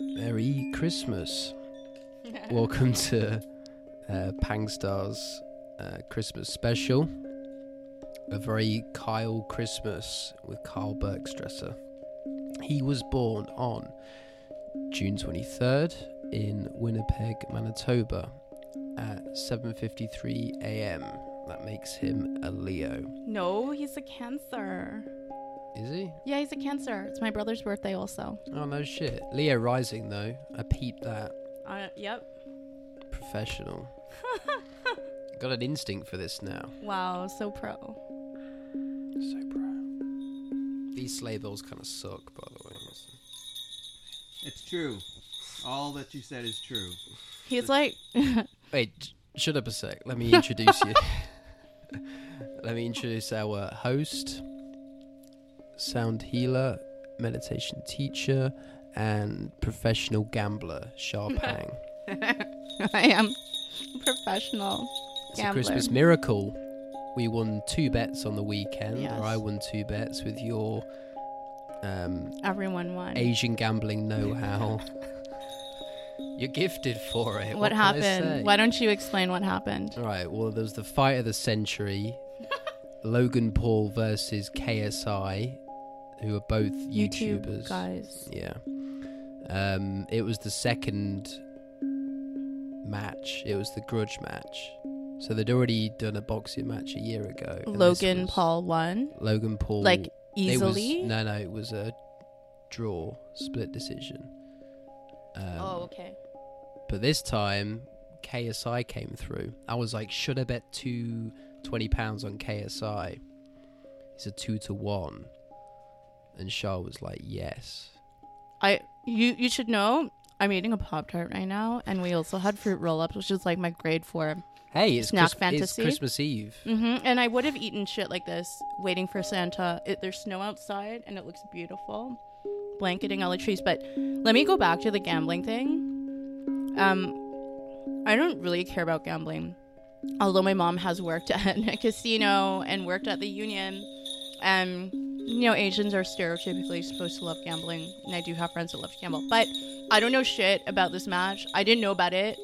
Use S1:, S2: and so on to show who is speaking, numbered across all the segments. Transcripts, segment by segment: S1: Merry Christmas. Welcome to uh, Pangstar's uh, Christmas special. A very Kyle Christmas with Kyle Bergstresser. He was born on June 23rd in Winnipeg, Manitoba at 7:53 a.m. That makes him a Leo.
S2: No, he's a Cancer.
S1: Is he?
S2: Yeah, he's a Cancer. It's my brother's birthday also.
S1: Oh no shit. Leo rising though. I peeped that.
S2: Uh, yep.
S1: Professional. Got an instinct for this now.
S2: Wow, so pro.
S1: So proud. These sleigh bells kind of suck, by the way.
S3: It's true. All that you said is true.
S2: He's like,
S1: Wait, j- shut up a sec. Let me introduce you. Let me introduce our host, sound healer, meditation teacher, and professional gambler, Sharpang.
S2: I am professional.
S1: It's a
S2: Gambler.
S1: Christmas miracle. We won two bets on the weekend,
S2: Yes.
S1: or I won two bets with your um,
S2: Everyone won.
S1: Asian gambling know-how. You're gifted for it.
S2: what,
S1: What, can I say?
S2: happened? Why don't you explain what happened?
S1: All right. Well, there was the fight of the century, Logan Paul versus KSI, who are both YouTubers.
S2: YouTube guys.
S1: Yeah. Um, it was the second match. It was the grudge match. So they'd already done a boxing match a year ago. and this
S2: Logan
S1: was-
S2: Paul won,
S1: Logan Paul.
S2: like
S1: it was-
S2: easily.
S1: no, no, it was a draw, split decision. Um,
S2: oh, okay.
S1: but this time, KSI came through. I was like, should I bet two twenty pounds on KSI? It's a two to one. And Shah was like, yes.
S2: I you you should know. I'm eating a pop tart right now, and we also had fruit roll ups, which is like my grade four.
S1: Hey, it's,
S2: Snack
S1: Chris- it's
S2: fantasy?
S1: Christmas Eve.
S2: hmm And I would have eaten shit like this, waiting for Santa. It, there's snow outside, and it looks beautiful, blanketing all the trees. But let me go back to the gambling thing. Um, I don't really care about gambling, although my mom has worked at a casino and worked at the union. Um, you know, Asians are stereotypically supposed to love gambling, and I do have friends that love to gamble. But I don't know shit about this match. I didn't know about it.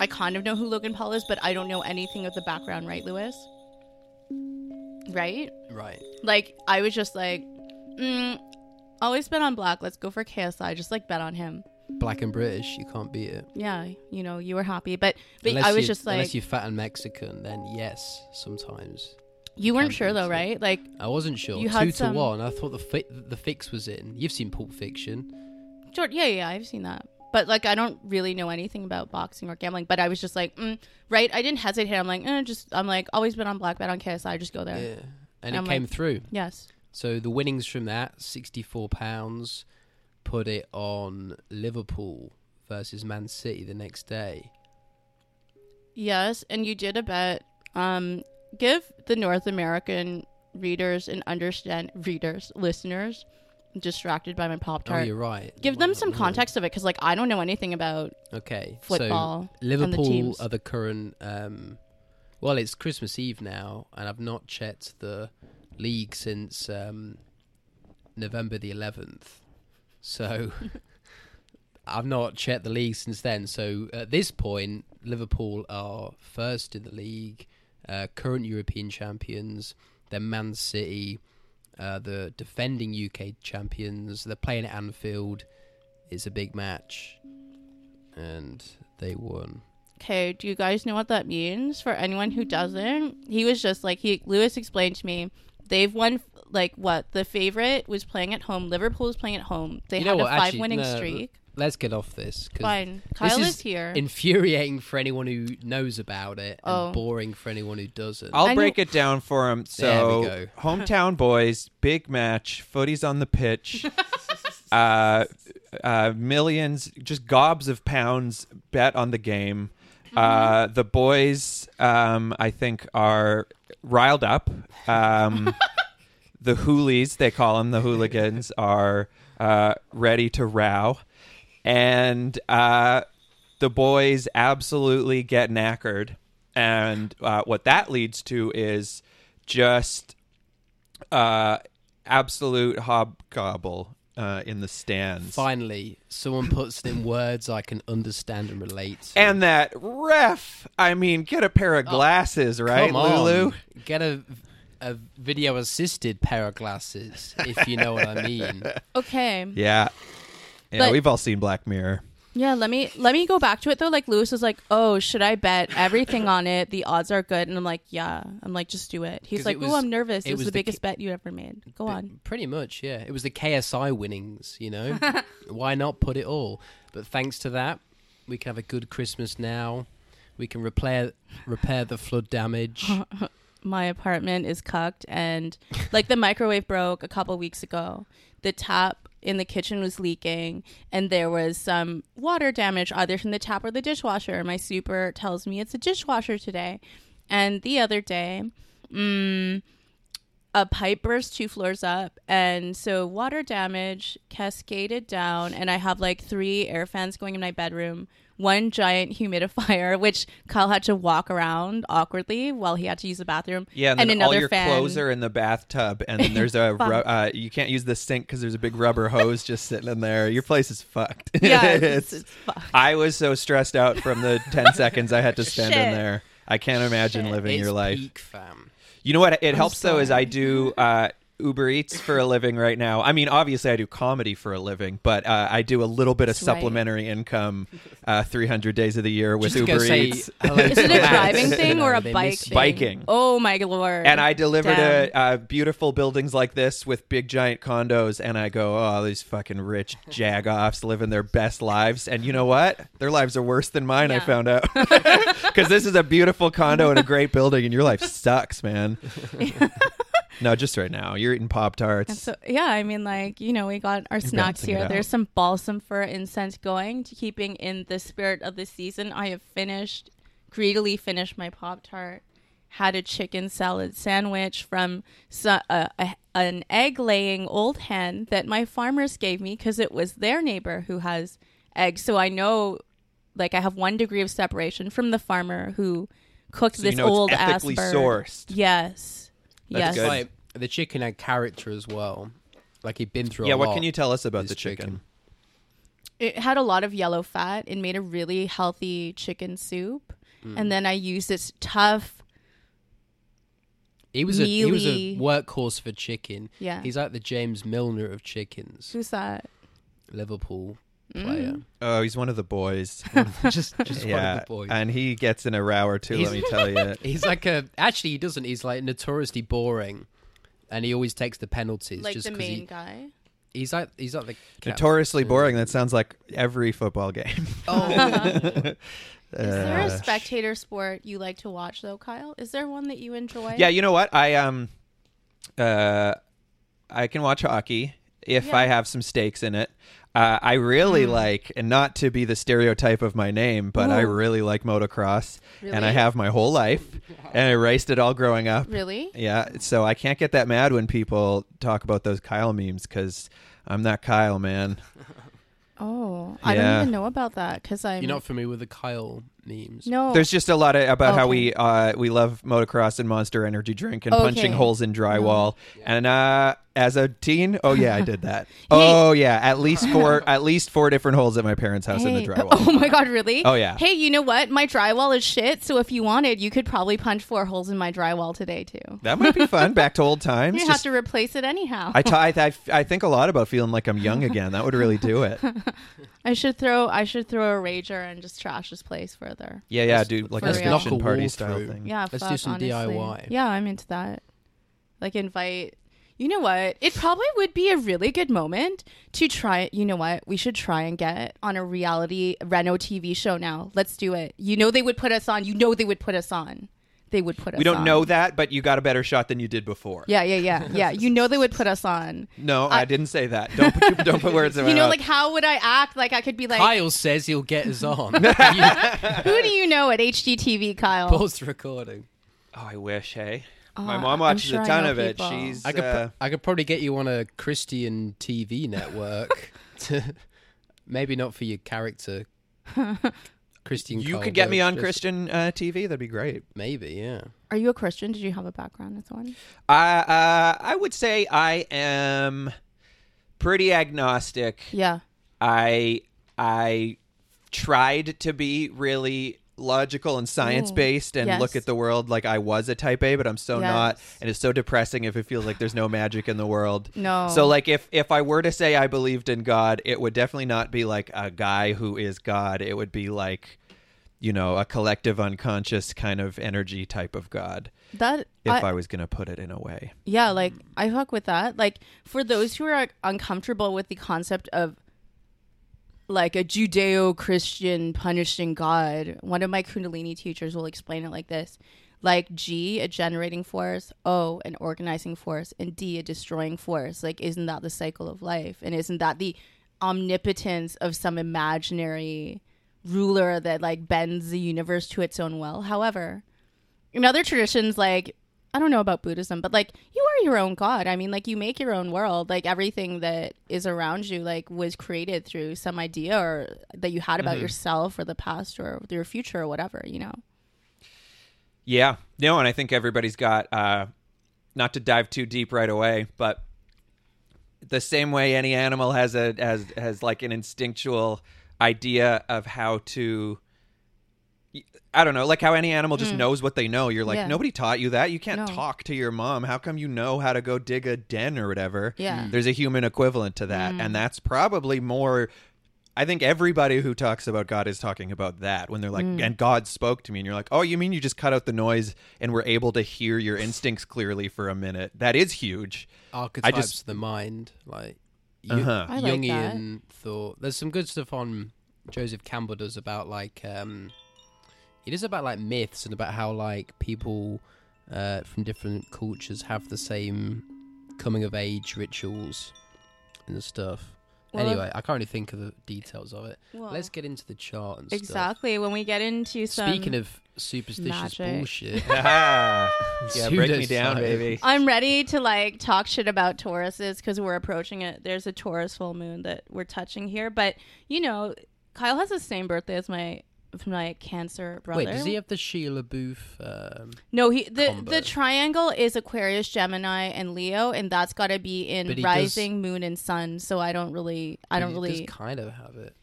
S2: I kind of know who Logan Paul is, but I don't know anything of the background, right, Lewis? Right?
S1: Right.
S2: Like, I was just like, mm, always bet on black. Let's go for KSI. Just like bet on him.
S1: Black and British, you can't beat it.
S2: Yeah, you know, you were happy, but but
S1: Unless
S2: I was
S1: you-
S2: just like,
S1: Unless
S2: you,
S1: you're fat and Mexican, then yes, sometimes.
S2: weren't
S1: can't
S2: sure though,
S1: answer.
S2: right? Like,
S1: I wasn't sure.
S2: You
S1: two
S2: had
S1: to
S2: some-
S1: one. I thought the fi- the fix was in. You've seen Pulp Fiction.
S2: George, yeah, yeah, I've seen that, but like, I don't really know anything about boxing or gambling. But I was just like, mm, right? I didn't hesitate. I'm like, eh, just I'm like, always bet on black, bet on KSI. Just go there.
S1: Yeah. And
S2: I'm
S1: it
S2: like-
S1: came through.
S2: Yes.
S1: So the winnings from that, sixty-four pounds, put it on Liverpool versus Man City the next day. Oh,
S2: Yes, and you did a bet. Um, give the North American readers and understand readers, listeners, distracted by my pop
S1: Oh,
S2: tart.
S1: you're right.
S2: give them some
S1: Mm.
S2: context of it, because like I don't know anything about
S1: Okay,
S2: Football
S1: So Liverpool
S2: teams.
S1: are the current. Um, well, it's Christmas Eve now, and I've not checked the league since um, November the eleventh. So I've not checked the league since then. So at this point, Liverpool are first in the league, uh, current European champions. They're Man City, uh, the defending UK champions. They're playing at Anfield. It's a big match, and they won.
S2: Okay, do you guys know what that means? For anyone who doesn't, he was just like he Lewis explained to me. They've won like what the favorite was playing at home. Liverpool was playing at home. They
S1: You know
S2: had a
S1: what,
S2: five
S1: actually,
S2: winning
S1: no,
S2: streak.
S1: Let's get off this. 'cause
S2: Fine,
S1: this
S2: Kyle is, here.
S1: Infuriating for anyone who knows about it,
S2: Oh.
S1: and boring for anyone who doesn't.
S2: I
S3: I'll
S2: knew-
S3: break it down for him. So,
S1: There we go.
S3: hometown boys, big match, footies on the pitch, uh, uh, millions, just gobs of pounds bet on the game.
S2: Mm-hmm.
S3: Uh, the boys, um, I think, are riled up. Um, the hoolies, they call them the hooligans, are uh, ready to row. And uh, the boys absolutely get knackered. And uh, what that leads to is just uh, absolute hobgobble uh, in the stands.
S1: Finally, someone puts it in words I can understand and relate. to.
S3: And that ref, I mean, get a pair of glasses, right,
S1: Oh, Come on,
S3: Lulu?
S1: get a a video assisted pair of glasses if you know what I mean.
S2: Okay.
S3: Yeah. Yeah,
S2: But-
S3: we've all seen Black Mirror.
S2: Yeah, let me let me go back to it though. Like Lewis was like, "Oh, should I bet everything on it? The odds are good." And I'm like, "Yeah." I'm like, "Just do it." He's
S1: 'Cause
S2: like,
S1: it
S2: "Ooh,
S1: was-
S2: I'm nervous.
S1: it
S2: It was,
S1: was
S2: the
S1: the
S2: biggest bet you ever made." Go on.
S1: Pretty much, yeah. It was the KSI winnings, you know. Why not put it all? But thanks to that, we can have a good Christmas now. We can repair repair the flood damage.
S2: My apartment is cucked, and like the microwave broke a couple weeks ago. The tap in the kitchen was leaking, and there was some water damage either from the tap or the dishwasher. My super tells me it's a dishwasher today, and the other day. Mm, a pipe burst two floors up and so water damage cascaded down and i have like three air fans going in my bedroom one giant humidifier which kyle had to walk around awkwardly while he had to use the bathroom
S3: Yeah, and, then all your clothes are in the bathtub, and then there's a ru- uh, you can't use the sink because there's a big rubber hose just sitting in there. Your place is fucked.
S2: yeah it's, it's fucked.
S3: I was so stressed out from the ten seconds I had to spend in
S2: Shit.
S3: there. I can't imagine
S2: Shit.
S3: living
S1: It's
S3: your life.
S1: peak fam.
S3: You know what? It helps though is
S2: sorry.
S3: I do uh, Uber Eats for a living right now. I mean, obviously I do comedy for a living, but uh, I do a little bit of
S2: That's right.
S3: supplementary income, uh, 300 days of the year with
S1: Just
S3: Uber
S1: go say
S3: Eats.
S1: hello
S2: is it
S1: to
S2: a
S1: Lance.
S2: driving
S1: You
S2: thing
S1: know,
S2: or a
S1: they
S2: bike
S1: miss
S2: thing?
S1: you.
S3: Biking.
S2: oh my lord
S3: And I deliver
S2: Damn.
S3: to uh, beautiful buildings like this with big giant condos, and I go, oh, these fucking rich jagoffs living their best lives. And you know what? Their lives are worse than mine, I
S2: Yeah.
S3: found out. Because this is a beautiful condo and a great building, and your life sucks, man. no, just right now. You're eating Pop Tarts.
S2: So yeah, I mean, like you know, we got our snacks
S3: balancing it
S2: here.
S3: out.
S2: There's some balsam fir incense going, to keeping in the spirit of the season. I have finished, greedily finished my pop tart. Had a chicken salad sandwich from so, uh, a, an egg laying old hen that my farmers gave me because it was their neighbor who has eggs. So I know, like, I have one degree of separation from the farmer who cooked
S3: So
S2: this
S3: you know
S2: old
S3: it's
S2: ass
S3: ethically
S2: bird.
S3: sourced.
S2: Yes. yes.
S3: That's good.
S1: Like, the chicken had character as well. Like he'd been through.
S3: Yeah,
S1: a
S3: what
S1: lot.
S3: can you tell us about
S1: This
S3: the chicken?
S1: chicken.
S2: it had a lot of yellow fat It made a really healthy chicken soup.
S3: Mm.
S2: And then I used this tough,
S1: He was a he was a
S2: mealy-
S1: workhorse for chicken.
S2: yeah.
S1: He's like the James Milner of chickens.
S2: Who's that? Mm.
S1: Liverpool player.
S3: Oh, he's one of the boys.
S1: just just one
S3: yeah,
S1: of the boys.
S3: and he gets in a row or two.
S1: He's-
S3: Let me tell you.
S1: He's like a actually he doesn't. He's like notoriously boring, and he always takes the penalties
S2: like
S1: just
S2: the
S1: 'cause
S2: main guy?
S1: he, he's like he's like the cap-
S3: Notoriously boring. That sounds like every football game. uh,
S2: Is there a spectator sport you like to watch though, Kyle? Is there one that you enjoy?
S3: Yeah, you know what? I um, uh, I can watch hockey if
S2: Yeah. Mm.
S3: I have some stakes in it. Uh, I really like, and not to be the stereotype of my name, but I
S2: Ooh.
S3: really like motocross, and I
S2: Really?
S3: have my whole life, and I raced it all growing up.
S2: Really?
S3: Yeah, so I can't get that mad when people talk about those Kyle memes because I'm not Kyle, man.
S2: Oh, I
S3: Yeah.
S2: don't even know about that because I'm
S1: You're not familiar with the Kyle memes.
S2: no.
S3: There's just a lot of, about how
S2: Okay.
S3: we uh, we love motocross and Monster Energy drink and
S2: Okay.
S3: punching holes in drywall. And uh, as a teen, oh yeah, I did that. oh yeah, at least four at least four different holes at my parents' house in the
S2: Hey.
S3: drywall.
S2: Oh my god, really?
S3: Oh, yeah.
S2: Hey, you know what? My drywall is shit. So if you wanted, you could probably punch four holes in my drywall today too.
S3: That might be fun. Back to old times.
S2: You have
S3: Just,
S2: to replace it anyhow.
S3: I, t- I, th- I think a lot about feeling like I'm young again. That would really do it.
S2: I should throw I should throw a rager and just trash this place further.
S3: Yeah, yeah, dude. Like
S1: For
S3: a
S1: real. Knock
S3: kitchen
S1: a
S3: party
S1: wall
S3: style
S1: through.
S3: thing.
S2: Yeah,
S1: Let's do
S2: fuck,
S1: some
S2: honestly.
S1: DIY.
S2: Yeah, I'm into that. Like invite. You know what? It probably would be a really good moment to try. You know what? We should try and get on a reality Reno TV show now. Let's do it. You know they would put us on. You know they would put us on. They would put us.
S3: We don't
S2: on.
S3: know that, but you got a better shot than you did before.
S2: Yeah, yeah, yeah, yeah. You know they would put us on.
S3: No, I, didn't say that. Don't put, don't put words in my
S2: You know,
S3: mouth.
S2: like how would I act? Like I could be like,
S1: Kyle says he'll get us on. you
S2: who do you know at HGTV, Kyle?
S1: pause the recording.
S3: Oh, I wish, hey. My
S2: Uh,
S3: mom
S2: I'm
S3: watches
S2: sure
S3: a
S2: I
S3: ton
S2: know
S3: of it.
S2: people.
S3: She's
S1: I could
S3: uh,
S1: pro- I could probably get you on a Christian TV network. to, maybe not for your character, Christian.
S3: you
S1: Cole,
S3: could get
S1: but
S3: me on
S1: just-
S3: Christian uh, TV. That'd be great.
S1: Maybe, yeah.
S2: Are you a Christian? Did you have a background as one?
S3: I uh, I would say I am pretty agnostic.
S2: Yeah.
S3: I I tried to be really logical and science based and
S2: yes.
S3: look at the world like I was a type A, but I'm so not,
S2: Yes.
S3: and it's so depressing if it feels like there's no magic in the world.
S2: No.
S3: So like if if I were to say I believed in God, it would definitely not be like a guy who is God. It would be like you know, a collective unconscious kind of energy type of God,
S2: That
S3: if
S2: I-
S3: I was going to put it in a way.
S2: yeah like i fuck with that like for those who are like, uncomfortable with the concept of like a judeo-christian punishing god one of my kundalini teachers will explain it like this like g a generating force o an organizing force and d a destroying force like isn't that the cycle of life and isn't that the omnipotence of some imaginary ruler that like bends the universe to its own will however in other traditions like i don't know about buddhism but like you are your own god i mean like you make your own world like everything that is around you like was created through some idea or that you had about
S1: Mm-hmm.
S2: yourself or the past or your future or whatever you know
S3: Yeah. No, and I think everybody's got uh not to dive too deep right away, but the same way any animal has a has has like an instinctual idea of how to I don't know, like how any animal just knows what they know. You're like,
S2: Hmm. Yeah.
S3: nobody taught you that. You can't
S2: No.
S3: talk to your mom. How come you know how to go dig a den or whatever?
S2: Yeah. Hmm. Mm.
S3: There's a human equivalent to that. And that's probably more I think everybody who talks about God is talking about that when they're like,
S2: Mm.
S3: and God spoke to me. And you're like, oh, you mean you just cut out the noise and were able to hear your instincts clearly for a minute? That is huge.
S1: archetypes
S3: just-
S1: of the mind, like you,
S3: Uh-huh.
S2: I like that.
S1: Jungian thought. There's some good stuff on Joseph Campbell does about like um, it is about like myths and about how like people uh, from different cultures have the same coming of age rituals and stuff.
S2: Well,
S1: anyway, I can't really think of the details of it.
S2: Well-
S1: Let's get into the chart and stuff.
S2: exactly when we get into some
S1: Speaking of superstitious
S2: magic.
S1: bullshit,
S3: yeah, break me
S1: Pseudoscience.
S3: down, baby.
S2: I'm ready to like talk shit about Tauruses because we're approaching it. There's a Taurus full moon that we're touching here, but you know, Kyle has the same birthday as my my Cancer brother.
S1: wait, does he have the Sheila Booth? Um,
S2: No, he the
S1: combo.
S2: the triangle is Aquarius, Gemini, and Leo, and that's got to be
S1: But
S2: in
S1: he
S2: rising, moon, and sun. So I don't really, I don't
S1: he
S2: really.
S1: does kind of have it.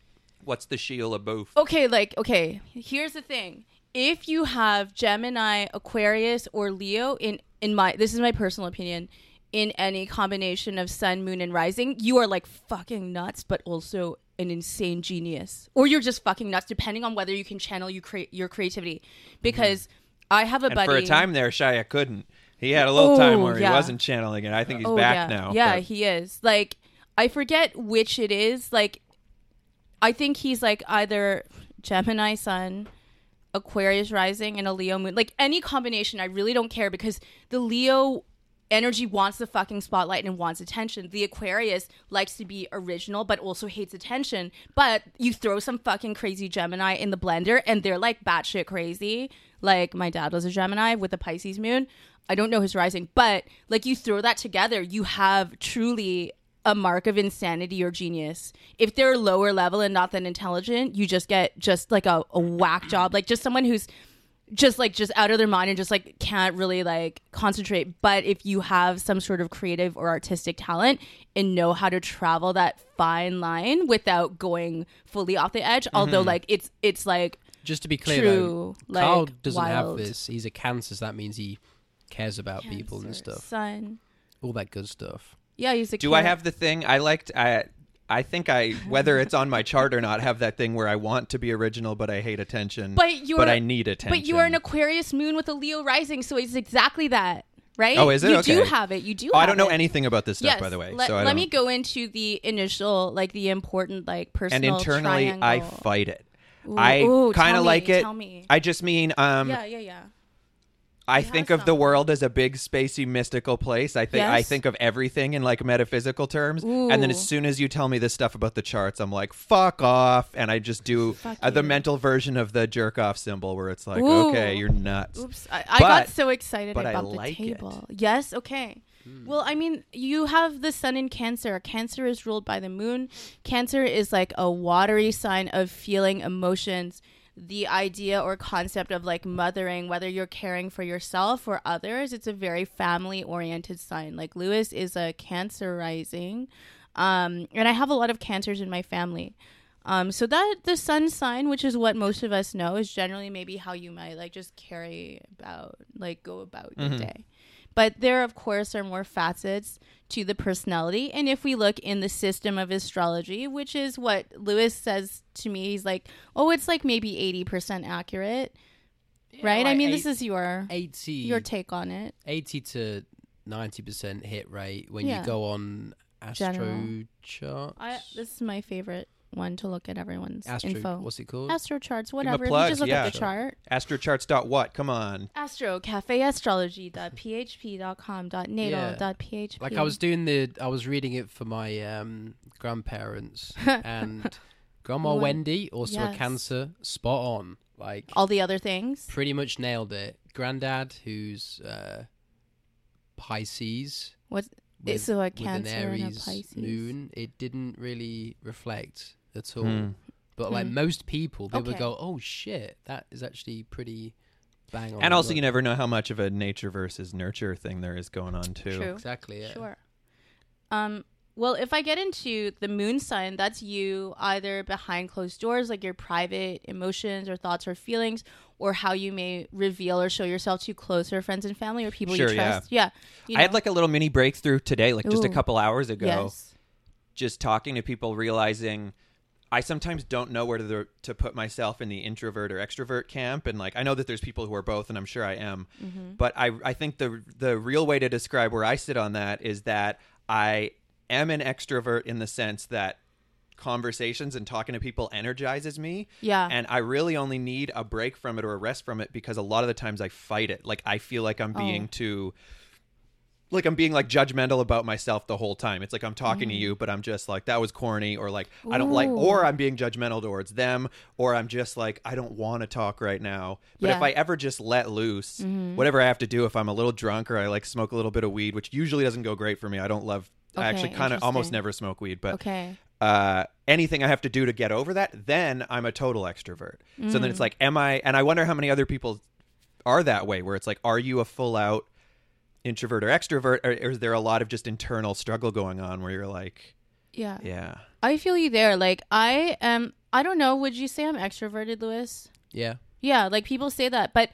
S3: What's the shield of both?
S2: Okay, like okay, here's the thing. If you have Gemini, Aquarius, or Leo in in my this is my personal opinion, in any combination of sun, moon, and rising, you are like fucking nuts, but also an insane genius. Or you're just fucking nuts, depending on whether you can channel you cre- your creativity.
S1: Mm-hmm.
S2: Because I have a
S3: And
S2: buddy
S3: for a time there, Shia couldn't. He had a little time
S2: Oh,
S3: where
S2: yeah.
S3: he wasn't channeling it. I think he's
S2: Oh,
S3: back
S2: yeah.
S3: now.
S2: Yeah,
S3: but-
S2: he is. Like I forget which it is. Like I think he's like either Gemini Sun, Aquarius Rising, and a Leo Moon. Like any combination, I really don't care because the Leo energy wants the fucking spotlight and wants attention. The Aquarius likes to be original but also hates attention. But you throw some fucking crazy Gemini in the blender and they're like batshit crazy. Like my dad was a Gemini with a Pisces moon. I don't know his rising, but like you throw that together, you have truly a mark of insanity or genius. If they're lower level and not that intelligent, you just get just like a, a whack job, like just someone who's just like just out of their mind and just like can't really like concentrate but if you have some sort of creative or artistic talent and know how to travel that fine line without going fully off the
S3: Mm-hmm.
S2: edge although like it's it's like
S1: Just to be clear,
S2: True,
S1: though, Carl
S2: like,
S1: doesn't
S2: wild.
S1: have this. He's a cancer, so that means he cares about people and
S2: Cancer
S1: stuff,
S2: sun
S1: all that good stuff.
S2: yeah he's a
S3: Do I
S2: can-
S3: have the thing I liked? I I think I whether it's on my chart or not have that thing where I want to be original but I hate attention.
S2: But you're-
S3: but I need attention.
S2: but you are an aquarius moon with a leo rising so it's exactly that right
S3: Oh, is it?
S2: you do
S3: Okay.
S2: have it you do
S3: Oh, I
S2: have
S3: don't know
S2: it.
S3: anything about this stuff, by the way.
S2: let,
S3: so I
S2: let
S3: don't-
S2: me go into the initial, like the important, like
S3: and
S2: personal.
S3: internally I
S2: triangle.
S3: fight it. I
S2: ooh,
S3: kind
S2: tell
S3: of
S2: me,
S3: like it.
S2: tell me.
S3: I just mean um
S2: Yeah, yeah, yeah.
S3: I
S2: has
S3: think of the
S2: some.
S3: world as a big spacey mystical place. I think I
S2: Yes.
S3: think of everything in like metaphysical terms. And then as
S2: Ooh.
S3: soon as you tell me this stuff about the charts, I'm like fuck off and I just do uh, the
S2: you.
S3: mental version of the jerk off symbol where it's like
S2: Ooh.
S3: okay, you're nuts.
S2: Oops, I, I
S3: But-
S2: got so excited
S3: but I
S2: about the
S3: like it. Hmm.
S2: table. Yes, okay. Well, I mean, you have the sun in Cancer. Cancer is ruled by the moon. Cancer is like a watery sign of feeling emotions. The idea or concept of like mothering, whether you're caring for yourself or others, it's a very family oriented sign. Like Lewis is a Cancer rising. Um, and I have a lot of cancers in my family. Um, so that the sun sign, which is what most of us know, is generally maybe how you might like just carry about, like go about
S1: Mm-hmm.
S2: your day. But there, of course, are more facets to the personality. And if we look in the system of astrology, which is what Lewis says to me, he's like, oh, it's like maybe 80% accurate, right? I mean, this is your
S1: 80
S2: your take on it.
S1: 80 to 90% hit rate when
S2: Yeah.
S1: you go on astro
S2: General.
S1: charts.
S2: I, this is my favorite one to look at everyone's
S1: astro,
S2: info.
S1: what's it called?
S2: Astro charts, whatever.
S3: plug,
S2: you just look
S3: yeah.
S2: at the chart.
S3: Astrocharts.what? Come on.
S2: Astro cafeastrology.php.com.natal.php.
S1: like I was doing the, I was reading it for my um, grandparents and Grandma
S2: Ooh, I-
S1: Wendy, also
S2: yes.
S1: a cancer, spot on. Like
S2: all the other things.
S1: pretty much nailed it. Granddad, who's uh, Pisces,
S2: What
S1: with,
S2: so a
S1: with an
S2: Cancer and a
S1: Aries
S2: Pisces.
S1: moon, it didn't really reflect at all.
S3: Hmm.
S1: But like
S2: Hmm.
S1: most people, they would
S2: Okay.
S1: go, "Oh shit, that is actually pretty bang on."
S3: And also, you
S1: look."
S3: never know how much of a nature versus nurture thing there is going on, too.
S2: True.
S1: exactly, yeah.
S2: Sure. Um, well, if I get into the moon sign, that's you either behind closed doors, like your private emotions or thoughts or feelings, or how you may reveal or show yourself to closer friends and family or people
S3: Sure,
S2: you
S3: yeah.
S2: trust. Yeah. you
S3: I had
S2: know.
S3: like a little mini breakthrough today, like just a
S2: Ooh.
S3: couple hours ago.
S2: yes.
S3: just talking to people realizing I sometimes don't know where to the, to put myself in the introvert or extrovert camp and like I know that there's people who are both and I'm sure I am
S2: Mm-hmm.
S3: but I I think the the real way to describe where I sit on that is that I am an extrovert in the sense that conversations and talking to people energizes me
S2: Yeah.
S3: and I really only need a break from it or a rest from it because a lot of the times I fight it like I feel like
S2: Oh.
S3: I'm being too like I'm being like judgmental about myself the whole time. It's like I'm talking to you, but I'm just like that was corny, or like I don't like,
S2: Mm. Ooh.
S3: or I'm being judgmental towards them, or I'm just like I don't want to talk right now. But if
S2: Yeah. Mm-hmm.
S3: I ever just let loose, whatever I have to do, if I'm a little drunk or I like smoke a little bit of weed, which usually doesn't go great for me. I don't love. I
S2: Okay,
S3: actually kind of almost
S2: interesting.
S3: never smoke weed, but
S2: Okay.
S3: uh, anything I have to do to get over that, then I'm a total extrovert. So then it's like, am I? And I wonder how many other people are that way, where it's like, are you a full out introvert or extrovert, or, or is there a lot of just internal struggle going on where you're like,
S2: Yeah.
S3: yeah,
S2: I feel you there. Like I am. I don't know. Would you say I'm extroverted, Lewis?
S1: Yeah.
S2: Yeah, like people say that, but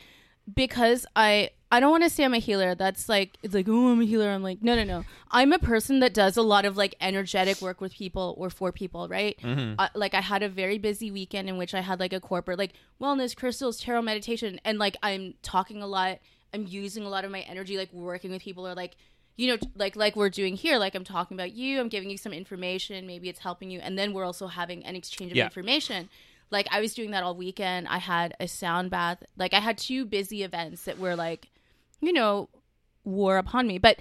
S2: because I I don't want to say I'm a healer. That's like it's like oh I'm a healer. I'm like no no no. I'm a person that does a lot of like energetic work with people or for people, right? I, like I had a very busy weekend in which I had like a corporate like wellness crystals, tarot meditation, and like I'm talking a lot. I'm using a lot of my energy like working with people or like you know t- like like we're doing here like i'm talking about you i'm giving you some information maybe it's helping you and then we're also having an exchange of
S3: Yeah.
S2: information like i was doing that all weekend i had a sound bath like i had two busy events that were like you know wore upon me but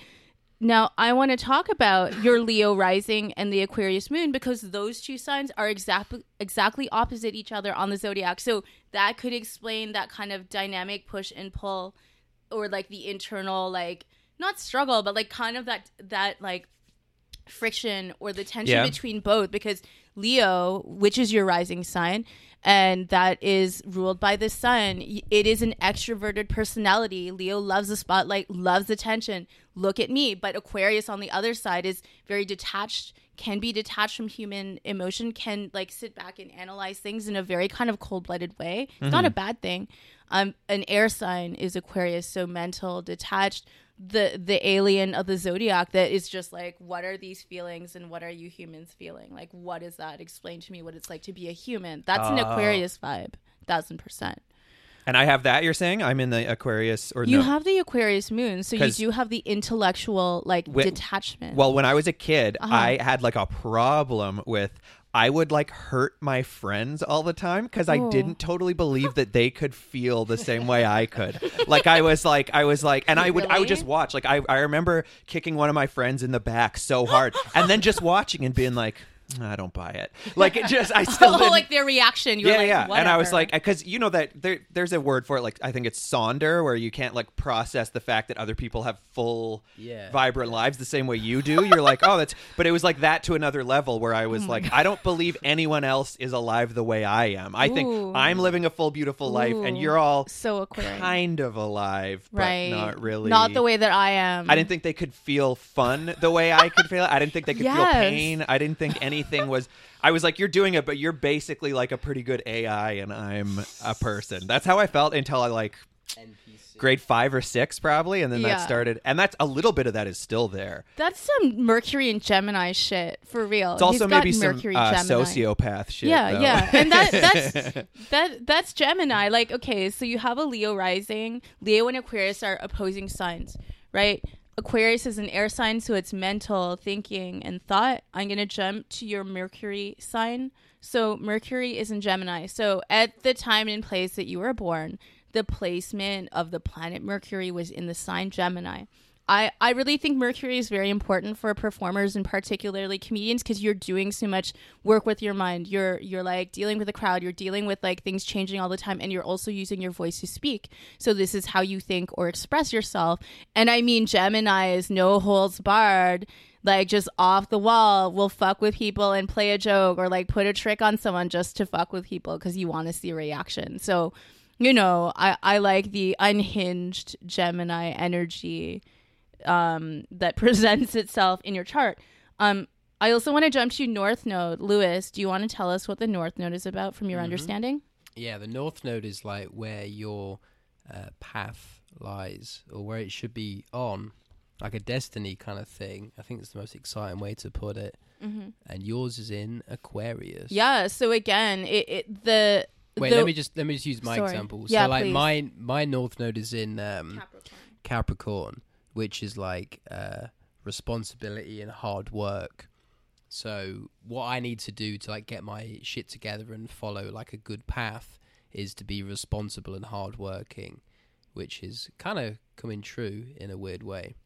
S2: now i want to talk about your leo rising and the aquarius moon because those two signs are exactly exactly opposite each other on the zodiac so that could explain that kind of dynamic push and pull or like the internal like not struggle but like kind of that that like friction or the tension
S3: Yeah.
S2: between both because leo which is your rising sign and that is ruled by the sun y- it is an extroverted personality leo loves the spotlight loves attention look at me but aquarius on the other side is very detached can be detached from human emotion can like sit back and analyze things in a very kind of cold-blooded way it's not a bad thing um an air sign is aquarius so mental detached the the alien of the zodiac that is just like what are these feelings and what are you humans feeling like what is that explain to me what it's like to be a human that's an
S3: Oh.
S2: aquarius vibe thousand percent
S3: and I have that. You're saying I'm in the Aquarius or
S2: you
S3: no?
S2: have the aquarius moon so you
S3: 'Cause-
S2: do have the intellectual like
S3: Wh-
S2: detachment
S3: Well, when I was a kid,
S2: Uh-huh.
S3: I had like a problem with I would like hurt my friends all the time because I
S2: Oh.
S3: didn't totally believe that they could feel the same way I could. like I was like I was like and I would I would
S2: Really?
S3: just watch. Like I, I remember kicking one of my friends in the back so hard and then just watching and being like I don't buy it. Like it just, I still
S2: oh,
S3: didn't-
S2: like their reaction. You
S3: yeah,
S2: were like,
S3: yeah. And I was
S2: "Whatever."
S3: like, because you know that there, there's a word for it. Like I think it's sonder, where you can't like process the fact that other people have full,
S1: Yeah.
S3: vibrant lives the same way you do. You're like, oh, that's. But it was like that to another level where I
S2: Oh
S3: was like, I don't believe anyone else is alive the way I am. I
S2: Ooh.
S3: think I'm living a full, beautiful life, and
S2: Ooh.
S3: you're all
S2: so aquarium,
S3: kind of alive, but
S2: right?
S3: not really.
S2: Not the way that I am.
S3: I didn't think they could feel fun the way I could feel. it. I didn't think they could
S2: Yes.
S3: feel pain. I didn't think anything was. I was like, "You're doing it, but you're basically like a pretty good AI, and I'm a person." That's how I felt until I like
S1: NPC.
S3: grade five or six, probably, and then
S2: Yeah.
S3: that started. And that's a little bit of that is still there.
S2: That's some Mercury and Gemini shit for real.
S3: It's also
S2: He's got
S3: maybe some
S2: Mercury
S3: uh,
S2: Gemini.
S3: sociopath shit.
S2: yeah,
S3: though.
S2: yeah, and that that's that that's Gemini. Like, okay, so you have a Leo rising. Leo and Aquarius are opposing signs, right? Aquarius is an air sign, so it's mental thinking and thought. I'm gonna jump to your Mercury sign. So Mercury is in Gemini. So at the time and place that you were born, the placement of the planet Mercury was in the sign Gemini. I, I really think Mercury is very important for performers and particularly comedians because you're doing so much work with your mind. You're you're like dealing with the crowd, you're dealing with like things changing all the time, and you're also using your voice to speak. So this is how you think or express yourself. And I mean Gemini is no holds barred, like just off the wall, will fuck with people and play a joke or like put a trick on someone just to fuck with people because you want to see a reaction. So you know, I, I like the unhinged Gemini energy um, that presents itself in your chart. Um, I also want to jump to North Node. Lewis, do you want to tell us what the North Node is about from
S3: Mm-hmm.
S2: your understanding?
S1: Yeah, the North Node is like where your uh, path lies or where it should be on, like a destiny kind of thing. I think it's the most exciting way to put it. And yours is in Aquarius.
S2: Mm-hmm. Yeah. So again, it, it the
S1: Wait,
S2: the-
S1: let me just let me just use my
S2: Sorry.
S1: example.
S2: Yeah,
S1: so like
S2: please.
S1: my my North Node is in um, Capricorn, which is like uh, responsibility and hard work. So what I need to do to like get my shit together and follow like a good path is to be responsible and hardworking, which is kind of coming true in a weird way.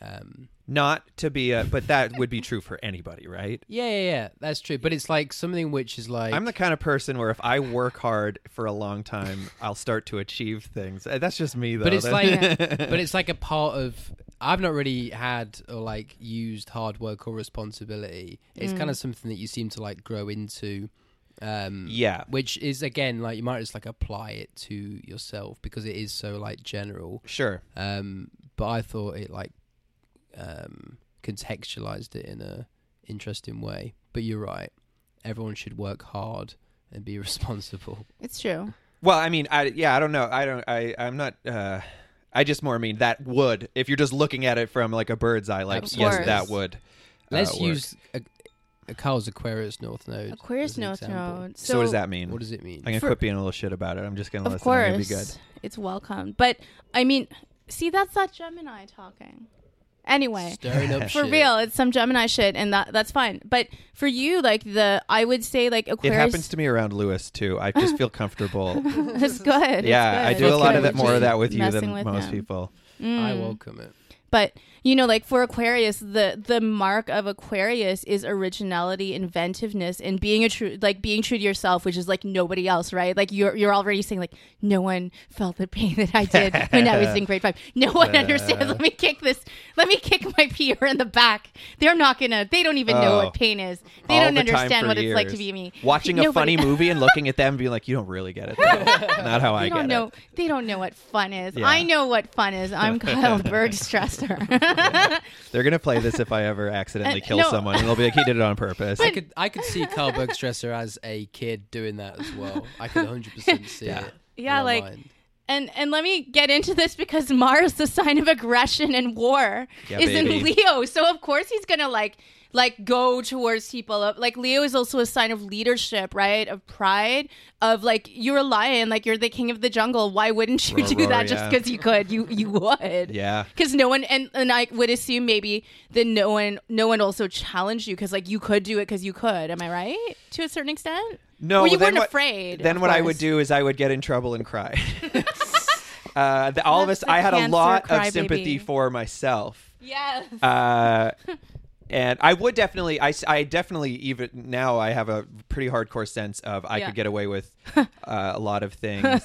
S1: Um,
S3: Not to be a, but that would be true for anybody, right?
S1: yeah, yeah, yeah, that's true. But it's like something which is like
S3: I'm the kind of person where if I work hard for a long time, I'll start to achieve things. Uh, That's just me, though.
S1: but it's
S3: That's-
S1: like but it's like a part of i've not really had or like used hard work or responsibility it's kind of something that you seem to like grow into um
S3: yeah,
S1: which is again like you might just like apply it to yourself because it is so like general
S3: sure.
S1: um but i thought it like um contextualized it in a interesting way but you're right everyone should work hard and be responsible
S2: It's true.
S3: Well, I mean, I yeah, I don't know. I don't. I I'm not. uh I just more mean that would if you're just looking at it from like a bird's eye, like
S1: Of
S3: yes,
S2: course.
S3: that would. uh,
S1: Let's
S3: work.
S1: use a, a Carl's Aquarius North Node.
S2: Aquarius
S1: as an
S2: North
S1: example.
S2: Node.
S3: So, what does that mean?
S1: What does it mean?
S3: I'm gonna
S2: For-
S3: quit being a little shit about it. I'm just gonna
S2: Of
S3: listen.
S2: course,
S3: I'm gonna be good.
S2: it's welcome. But I mean, see, that's that Gemini talking. Anyway,
S1: Stirring up
S2: for
S1: shit.
S2: real, it's some Gemini shit, and that that's fine. But for you, like the I would say like
S3: It
S2: Aquarius.
S3: happens to me around Lewis too. I just feel comfortable.
S2: it's good.
S3: yeah, I
S2: it's
S3: do
S2: good.
S3: a
S2: It's
S3: lot
S2: good.
S3: of that,
S2: We're
S3: more of
S2: just
S3: that with you
S2: messing
S3: than
S2: with
S3: most
S2: him.
S3: people.
S1: I
S2: Mm.
S1: welcome it.
S2: But you know, like for Aquarius, the the mark of Aquarius is originality, inventiveness, and being a true like being true to yourself, which is like nobody else, right? Like you're you're already saying like no one felt the pain that I did when I was in grade five. No one understands. Let me kick this. Let me kick my peer in the back. They're not gonna. They don't even know
S3: Oh.
S2: what pain is. They
S3: All
S2: don't
S3: the time
S2: understand
S3: for
S2: what it's like to
S3: years.
S2: be me.
S3: Watching a
S2: Nobody-
S3: funny movie and looking at them and being like, "You don't really get it." though." Not how I
S2: They
S3: get
S2: don't know.
S3: it.
S2: They don't know what fun is.
S3: Yeah.
S2: I know what fun is. I'm Kyle Bergstresser.
S3: They're gonna play this if I ever accidentally
S2: Uh,
S3: kill
S2: no.
S3: someone, and they'll be like, "He did it on purpose."
S1: I could I could see Carl Bergstresser as a kid doing that as well. I could 100 percent see
S3: Yeah.
S1: it. in
S2: Yeah,
S1: my
S2: like-
S1: mind.
S2: and and let me get into this because Mars, the sign of aggression and war,
S3: Yeah,
S2: is in
S3: baby.
S2: Leo. So of course he's gonna like like go towards people. Like Leo is also a sign of leadership, right? Of pride, of like you're a lion, like you're the king of the jungle. Why wouldn't you
S3: Roar,
S2: do
S3: roar,
S2: that just
S3: yeah.
S2: because you could? You you would.
S3: yeah.
S2: Because no one and, and I would assume maybe that no one no one also challenged you because like you could do it because you could. Am I right to a certain extent?
S3: No,
S2: Well, you
S3: then
S2: weren't
S3: what-
S2: afraid.
S3: Then
S2: of
S3: what I
S2: course.
S3: would do is I would get in trouble and cry. uh, the, all of us,
S2: That's the
S3: I had a
S2: cancer
S3: lot of
S2: crybaby.
S3: uh, sympathy for myself.
S2: Yes.
S3: Uh, and I would definitely, I, s- I definitely even now I have a pretty hardcore sense of I
S2: Yeah.
S3: could get away with uh, a lot of things,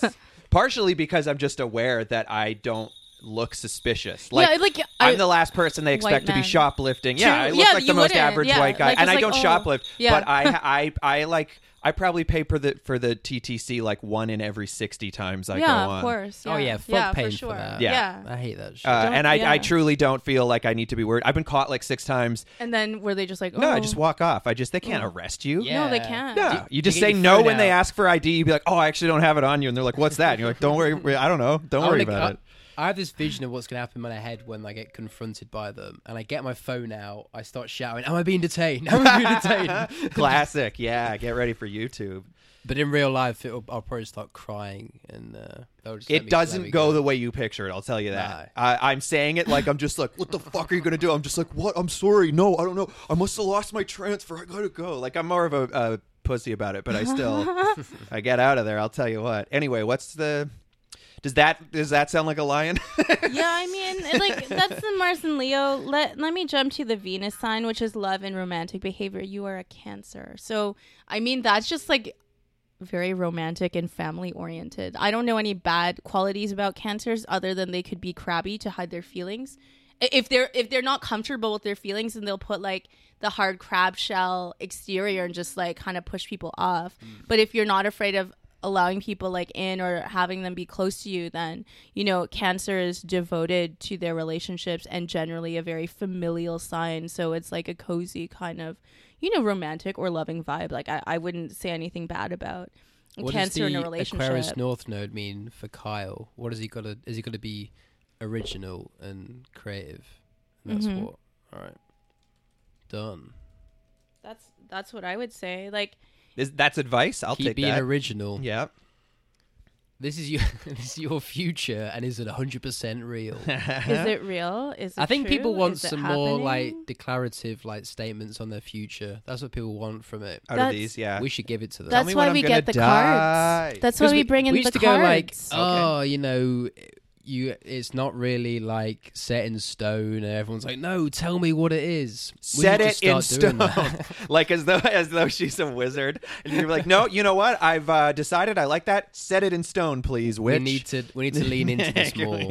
S3: partially because I'm just aware that I don't look suspicious. Like,
S2: yeah, like I,
S3: I'm the last person they expect to be
S2: man.
S3: shoplifting. Yeah, I
S2: True.
S3: look
S2: Yeah,
S3: like the
S2: you
S3: most
S2: wouldn't.
S3: average
S2: Yeah,
S3: white guy,
S2: like,
S3: and
S2: it's
S3: I don't
S2: like, oh,
S3: shoplift.
S2: yeah.
S3: But I, I, I like. I probably pay for the for the TTC like one in every sixty times I
S2: yeah,
S3: go on.
S2: of course.
S1: Oh, yeah, fuck
S2: yeah,
S1: paying
S2: for
S1: for
S2: sure.
S1: that.
S3: Yeah.
S1: I hate that shit.
S3: Uh,
S2: Don't-
S3: and I,
S2: yeah.
S3: I truly don't feel like I need to be worried. I've been caught like six times.
S2: And then were they just like, oh,
S3: No, I just walk off. I just they can't arrest you.
S2: No, they can't.
S3: No,
S2: Do-
S3: you just
S1: get
S3: say
S1: your
S3: no
S1: phone
S3: when they
S1: out.
S3: ask for ID. You be like, "Oh, I actually don't have it on you," and they're like, "What's that?" And you're like, "Don't worry, I don't know. Don't
S1: I
S3: worry
S1: wanna-
S3: about it."
S1: I, I have this vision of what's going to happen in my head when I get confronted by them, and I get my phone out. I start shouting, "Am I being detained? Am I being detained?"
S3: Classic. Yeah, get ready for YouTube.
S1: but in real life, it'll, I'll probably start crying, and uh, they'll just let
S3: It
S1: me- let
S3: doesn't
S1: me
S3: go the way you picture it. I'll tell you that. I, I'm saying it like I'm just like, "What the fuck are you gonna do?" I'm just like, "What? I'm sorry. No, I don't know. I must have lost my transfer. I gotta go." Like I'm more of a, a pussy about it, but I still, I get out of there. I'll tell you what. Anyway, what's the? Does that does that sound like a lion?
S2: yeah, I mean, it- like that's the Mars and Leo. Let let me jump to the Venus sign, which is love and romantic behavior. You are a Cancer, so I mean that's just like very romantic and family oriented. I don't know any bad qualities about Cancers other than they could be crabby to hide their feelings. I- If they're if they're not comfortable with their feelings, then they'll put like the hard crab shell exterior and just like kind of push people off. But if you're not afraid of allowing people like in or having them be close to you then you know cancer is devoted to their relationships and generally a very familial sign so it's like a cozy kind of you know romantic or loving vibe like i, I wouldn't say anything bad about
S1: What
S2: cancer
S1: does
S2: in
S1: the
S2: a relationship
S1: Aquarius North Node mean for Kyle? What has he got to? Is he got to be original and creative? And that's
S2: Mm-hmm.
S1: what. All right, done.
S2: that's that's what i would say like
S3: Is, that's advice. I'll
S1: Keep
S3: take
S1: being
S3: that.
S1: original.
S3: yeah.
S1: This is your this is your future, and is it hundred percent real?
S2: is it real is it
S1: I think people
S2: true?
S1: want
S2: Is it
S1: some more like
S2: happening?
S1: declarative like statements on their future. That's what people want from it.
S3: Out
S2: That's-
S3: of these, yeah.
S1: We should give it to them.
S2: that's
S3: me when
S2: why
S3: I'm
S2: we
S3: gonna
S2: get the
S3: die.
S2: cards that's why
S1: 'Cause
S2: we, bring in
S1: we used to
S2: the
S1: go like,
S2: cards
S1: oh, you know, you it's not really like set in stone. And everyone's like, no, tell me what it is. We should
S3: Set it
S1: just start
S3: in
S1: doing
S3: stone,
S1: that.
S3: like as though as though she's a wizard. And you're like, no, you know what? I've uh, decided I like that. Set it in stone, please.
S1: we
S3: Witch.
S1: need to we need to lean into this more.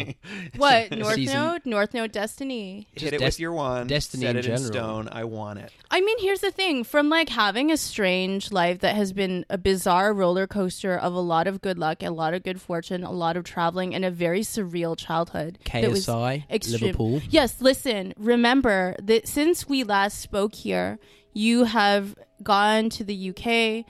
S2: what north
S1: Season-
S2: node north node destiny
S3: Hit
S1: Just
S3: it
S1: des-
S3: with your wand.
S1: destiny
S3: Set
S1: in
S3: it in
S1: general.
S3: stone. I want it.
S2: I mean, here's the thing from like having a strange life that has been a bizarre roller coaster of a lot of good luck, a lot of good fortune, a lot of traveling, and a very surreal childhood. that was
S1: KSI,
S2: extreme-
S1: Liverpool.
S2: Yes, listen, remember that since we last spoke here, you have gone to the UK.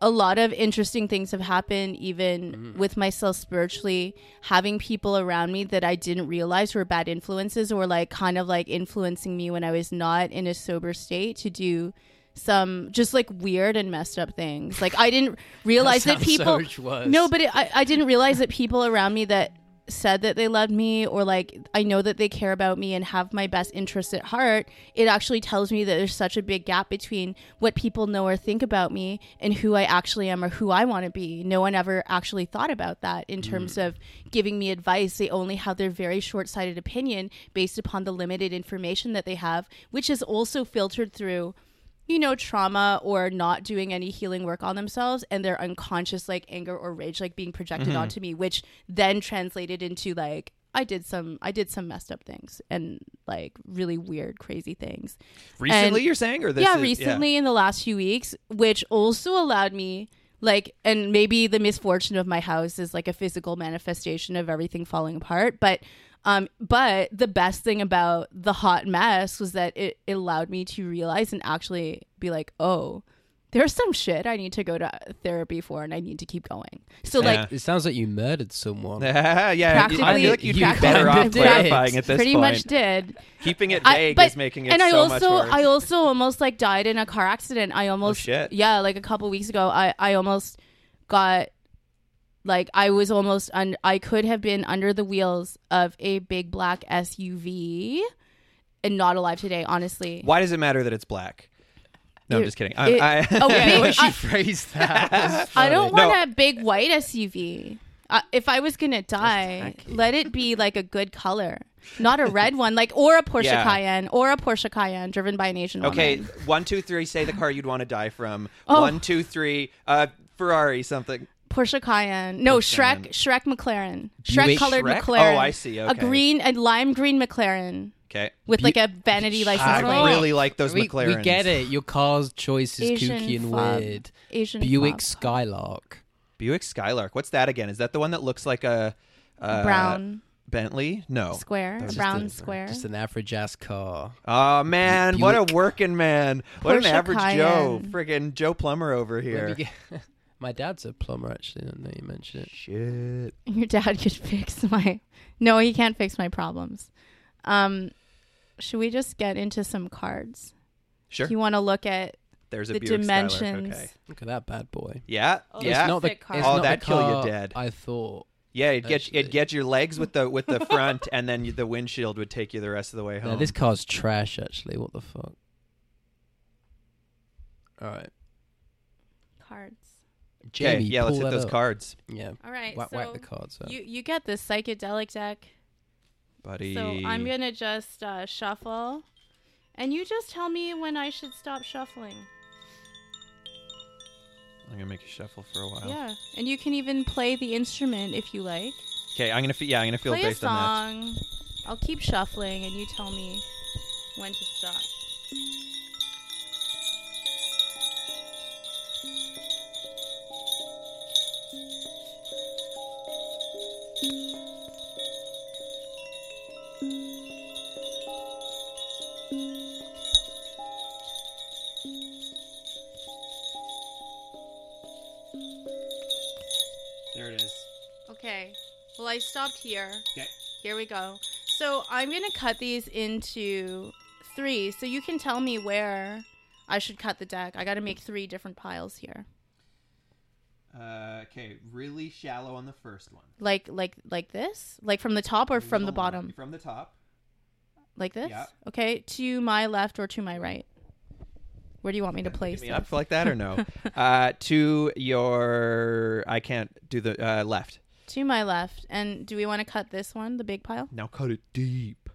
S2: A lot of interesting things have happened, even with myself spiritually, having people around me that I didn't realize were bad influences or like kind of like influencing me when I was not in a sober state to do some just like weird and messed up things. Like I didn't realize that,
S1: sounds so
S2: people
S1: much worse.
S2: no, but it, I, I didn't realize that people around me that said that they loved me or like I know that they care about me and have my best interests at heart, it actually tells me that there's such a big gap between what people know or think about me and who I actually am or who I want to be. No one ever actually thought about that in terms of giving me advice. They only have their very short-sighted opinion based upon the limited information that they have, which is also filtered through you know, trauma or not doing any healing work on themselves and their unconscious like anger or rage like being projected onto me, which then translated into like I did some I did some messed up things and like really weird, crazy things.
S3: Recently, you're saying, or this?
S2: yeah,
S3: is-
S2: recently in the last few weeks, which also allowed me like and maybe the misfortune of my house is like a physical manifestation of everything falling apart, but um but the best thing about the hot mess was that it, it allowed me to realize and actually be like, "Oh, there's some shit I need to go to therapy for and I need to keep going." So
S3: Yeah.
S2: like
S1: it sounds like you murdered someone.
S3: Yeah, yeah. I
S2: Practically-
S3: feel like you'd be
S2: practically
S3: better off
S1: did.
S3: clarifying at this
S2: pretty
S3: point.
S2: much did.
S3: Keeping it
S2: I-
S3: vague
S2: but-
S3: is making it
S2: and I
S3: so
S2: also
S3: much worse. Oh,
S2: I also almost like died in a car accident. I almost
S3: shit.
S2: yeah, like a couple weeks ago, I I almost got like I was almost un- I could have been under the wheels of a big black SUV and not alive today, honestly.
S3: Why does it matter that it's black? No, I'm
S2: It-
S3: just kidding. I,
S2: it-
S3: I,
S2: Oh,
S1: Yeah, the way
S2: big,
S1: she
S2: I,
S1: phrased that. was
S2: I don't
S1: funny.
S2: want a big white SUV. Uh, if I was gonna die, let it be like a good color. Not a red one, like or a Porsche
S3: Yeah.
S2: Cayenne or a Porsche Cayenne driven by an Asian
S3: Okay,
S2: woman.
S3: one, two, three. Say the car you'd want to die from.
S2: Oh.
S3: One, two, three. Uh, Ferrari something.
S2: Porsche Cayenne. No,
S3: Porsche
S2: Shrek Shrek McLaren. Shrek
S1: Buick
S2: colored
S3: Shrek?
S2: McLaren.
S3: Oh, I see,
S2: A
S3: okay.
S2: green a lime green McLaren
S3: Okay.
S2: with
S1: Bu-
S2: like a vanity
S3: I
S2: license plate.
S3: really like those
S1: we,
S3: McLarens.
S1: we get it. Your car's choice is
S2: Asian
S1: kooky and
S2: fob.
S1: weird.
S2: Asian
S1: Buick
S2: fob.
S1: Skylark.
S3: Buick Skylark. What's that again? Is that the one that looks like a uh,
S2: brown
S3: Bentley? No.
S2: square,
S3: That was
S2: brown
S3: just a-
S2: square.
S1: Just an average ass car.
S3: Oh man, what a working man! What an
S2: Porsche
S3: average Joe,
S2: Cayenne.
S3: friggin' Joe Plumber over here.
S1: Let me get- My dad's a plumber, actually. I don't know you mentioned it.
S3: Shit.
S2: Your dad could fix my. No, he can't fix my problems. Um, should we just get into some cards?
S3: Sure.
S2: You want to look at
S3: There's a
S2: the
S3: Buick
S2: dimensions.
S3: Skylark. Okay.
S1: Look at that bad boy.
S3: Yeah.
S2: Oh,
S3: yeah.
S1: It's not the,
S2: Sick
S1: it's
S2: car.
S3: Oh,
S1: not
S3: that'd
S1: the
S3: kill you
S1: car
S3: dead.
S1: I thought.
S3: yeah. It'd get
S1: Actually.
S3: it'd get your legs with the with the front, and then you, the windshield would take you the rest of the way home.
S1: No, this car's trash, actually. What the fuck? All right.
S2: cards.
S1: Jamie,
S3: okay. Yeah. Let's
S1: pull
S3: hit
S1: that
S3: those
S1: up.
S3: cards,
S1: Yeah.
S2: All right,
S1: Whack, whack
S2: so
S1: the cards out.
S2: you you get this psychedelic deck.
S3: buddy.
S2: So I'm gonna just uh, shuffle, and you just tell me when I should stop shuffling.
S3: I'm gonna make you shuffle for a while.
S2: Yeah, and you can even play the instrument if you like.
S3: Okay. I'm gonna fe- yeah. I'm gonna feel
S2: play a
S3: based on that.
S2: song. I'll keep shuffling, and you tell me when to stop.
S3: There it is.
S2: Okay. Well, I stopped here.
S3: Okay.
S2: Here we go. So I'm going to cut these into three. So you can tell me where I should cut the deck. I got to make three different piles here.
S3: Uh, okay. Really shallow on the first one.
S2: Like like like this? Like from the top or from the bottom?
S3: From the top.
S2: Like this?
S3: Yeah.
S2: Okay. To my left or to my right? Where do you want me to place
S3: Hit me
S2: them?
S3: up for like that or no? uh, to your, I can't do the uh, left.
S2: To my left. And do we want to cut this one, the big pile?
S3: Now cut it deep,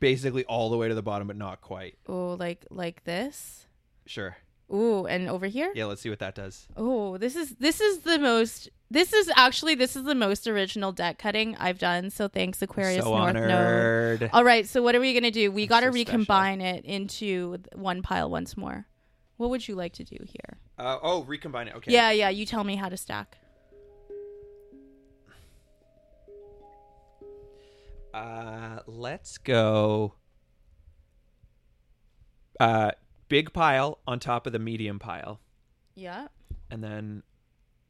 S3: basically all the way to the bottom, but not quite.
S2: Oh, like like this?
S3: Sure.
S2: Ooh, and over here?
S3: Yeah, let's see what that does.
S2: Oh, this is this is the most this is actually this is the most original deck cutting I've done. So thanks Aquarius
S3: so
S2: North Node. Oh.
S3: honored.
S2: All right, so what are we going to do? We got to
S3: so special.
S2: recombine it into one pile once more. What would you like to do here?
S3: Uh, oh, recombine it. Okay.
S2: Yeah, yeah, you tell me how to stack.
S3: Uh, let's go. Uh, big pile on top of the medium pile,
S2: Yeah.
S3: and then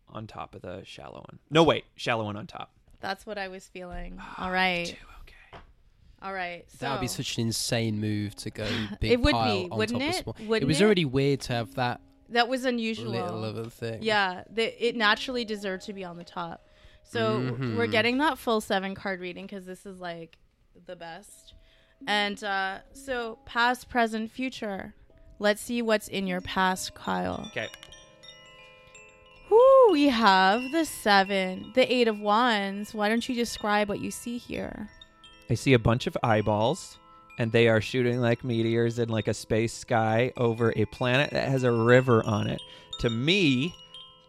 S3: on top of the shallow one. No, wait, shallow one on top.
S2: That's what I was feeling.
S3: Ah,
S2: All right.
S3: Two. Okay.
S2: All right. So
S1: That would be such an insane move to go big
S2: It would
S1: pile
S2: be,
S1: on
S2: wouldn't
S1: top
S2: it?
S1: of small. it
S2: Wouldn't
S1: was
S2: it?
S1: already weird to have that
S2: that was unusual.
S1: little of a thing.
S2: Yeah, the, it naturally deserved to be on the top. So we're getting that full seven card reading because this is like the best. And uh, so past, present, future. Let's see what's in your past, Kyle.
S3: Okay.
S2: Whoo, we have the seven, the eight of wands. Why don't you describe what you see here?
S3: I see a bunch of eyeballs, and they are shooting like meteors in like a space sky over a planet that has a river on it. To me,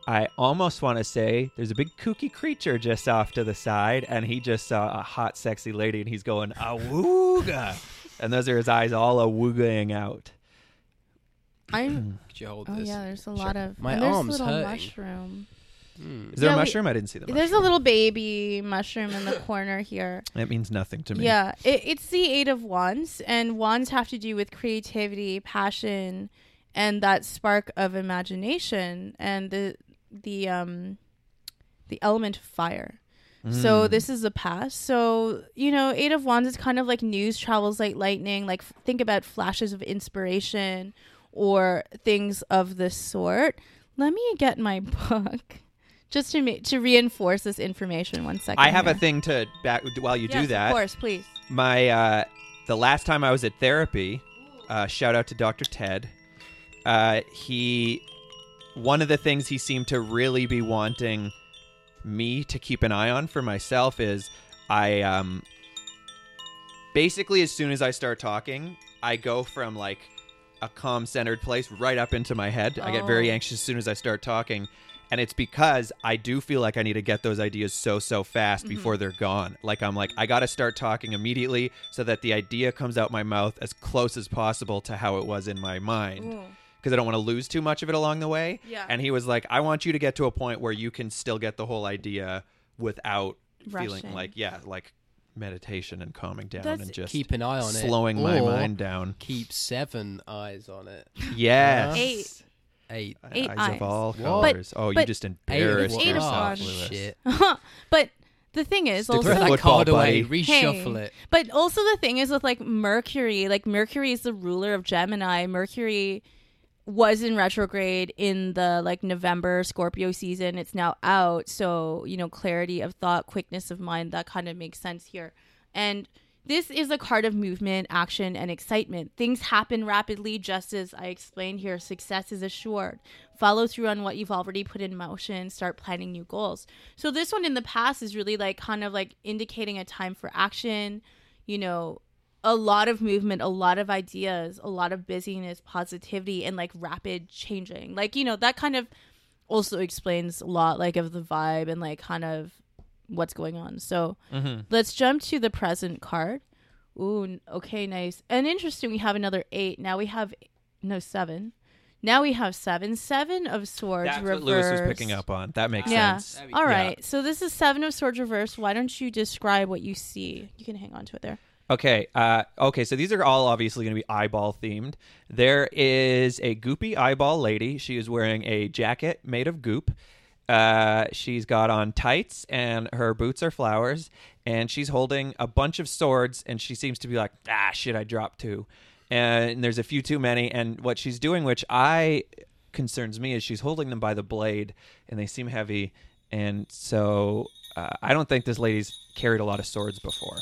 S3: I almost want to say there's a big kooky creature just off to the side, and he just saw a hot, sexy lady, and he's going awooga, and those are his eyes all awoogaing out.
S2: I'm.
S1: Could you hold
S2: Oh
S1: this?
S2: yeah, there's a lot of.
S1: My
S2: and there's
S1: arm's
S2: little
S1: hurting.
S2: mushroom.
S3: Is there
S2: Yeah,
S3: a
S2: we-
S3: mushroom? I didn't see the mushroom.
S2: There's a little baby mushroom in the corner here.
S3: That means nothing to me.
S2: Yeah, it, it's the eight of wands, and wands have to do with creativity, passion, and that spark of imagination, and the the um the element of fire.
S3: Hmm.
S2: So this is the past. So you know, eight of wands is kind of like news travels like lightning. Like f- think about flashes of inspiration or things of this sort. Let me get my book just to ma- to reinforce this information. One second,
S3: I have a
S2: here.
S3: thing to back while you
S2: yes,
S3: do that.
S2: Of course, please.
S3: my uh, the last time I was at therapy, uh, shout out to Dr. Ted. Uh, he one of the things he seemed to really be wanting me to keep an eye on for myself is I um basically as soon as I start talking, I go from like a calm centered place right up into my head. I get very
S2: Oh.
S3: anxious as soon as I start talking. And it's because I do feel like I need to get those ideas so so fast
S2: Mm-hmm.
S3: before they're gone. Like I'm like I got to start talking immediately so that the idea comes out my mouth as close as possible to how it was in my mind because I don't want to lose too much of it along the way.
S2: Yeah.
S3: And he was like, I want you to get to a point where you can still get the whole idea without
S2: Rushing.
S3: feeling like, yeah, like meditation and calming down
S2: That's-
S3: and just
S1: keep an eye on it.
S3: slowing my
S1: or
S3: mind down.
S1: Keep seven eyes on it.
S3: Yes.
S2: Eight.
S1: Eight.
S2: Eight
S3: Eyes,
S2: eyes.
S3: of all
S1: What?
S3: colors. oh, you
S2: but-
S3: just
S1: Eight of
S3: embarrassed
S1: what?
S2: Eight of
S1: Ah,
S3: yourself,
S2: one.
S3: Lewis.
S1: shit.
S2: but the thing is
S3: Stick
S1: Throw
S2: also
S3: with
S1: that
S3: Football
S1: card away.
S3: buddy.
S1: Reshuffle
S2: Hey,
S1: it.
S2: But also the thing is with like Mercury, like Mercury is the ruler of Gemini. Mercury was in retrograde in the like November Scorpio season. It's now out. So, you know, clarity of thought, quickness of mind, that kind of makes sense here. And this is a card of movement, action, and excitement. Things happen rapidly, just as I explained here. Success is assured. Follow through on what you've already put in motion. Start planning new goals. So, this one in the past is really like kind of like indicating a time for action, you know, a lot of movement, a lot of ideas, a lot of busyness, positivity, and like rapid changing. Like, you know, that kind of also explains a lot like of the vibe and like kind of what's going on. So
S1: Mm-hmm.
S2: let's jump to the present card. Ooh, n- okay, nice. And interesting, we have another eight. Now we have no seven. Now we have seven. Seven of swords
S3: That's
S2: reversed.
S3: what Lewis was picking up on. That makes
S2: Yeah.
S3: sense.
S1: That'd be
S2: All
S1: cool.
S2: right. So this is seven of swords reversed. Why don't you describe what you see? You can hang on to it there.
S3: Okay. Uh, okay. So these are all obviously going to be eyeball themed. There is a goopy eyeball lady. She is wearing a jacket made of goop. Uh, she's got on tights and her boots are flowers. And she's holding a bunch of swords. And she seems to be like, ah, shit, I dropped two. And there's a few too many. And what she's doing, which I concerns me, is she's holding them by the blade and they seem heavy. And so uh, I don't think this lady's carried a lot of swords before.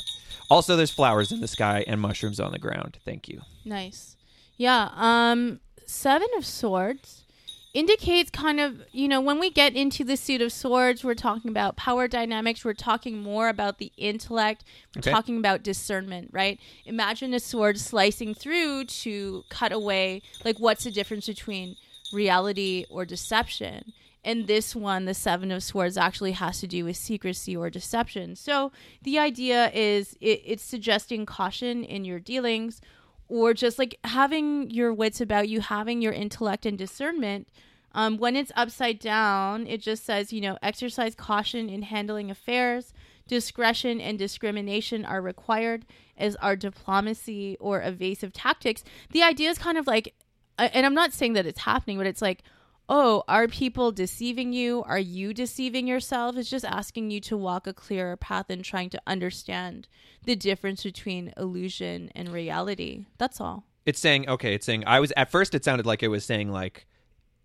S3: Also, there's flowers in the sky and mushrooms on the ground. Thank you.
S2: Nice. Yeah. Um, Seven of Swords indicates kind of, you know, when we get into the suit of swords, we're talking about power dynamics. We're talking more about the intellect. We're
S3: Okay.
S2: talking about discernment, right? Imagine a sword slicing through to cut away. Like, what's the difference between reality or deception? And this one, the Seven of Swords, actually has to do with secrecy or deception. So the idea is it, it's suggesting caution in your dealings or just like having your wits about you, having your intellect and discernment. Um, when it's upside down, it just says, you know, exercise caution in handling affairs. Discretion and discrimination are required, as are diplomacy or evasive tactics. The idea is kind of like, uh, and I'm not saying that it's happening, but it's like, oh, are people deceiving you? Are you deceiving yourself? It's just asking you to walk a clearer path and trying to understand the difference between illusion and reality. That's all.
S3: It's saying, okay, it's saying, I was, at first, it sounded like it was saying, like,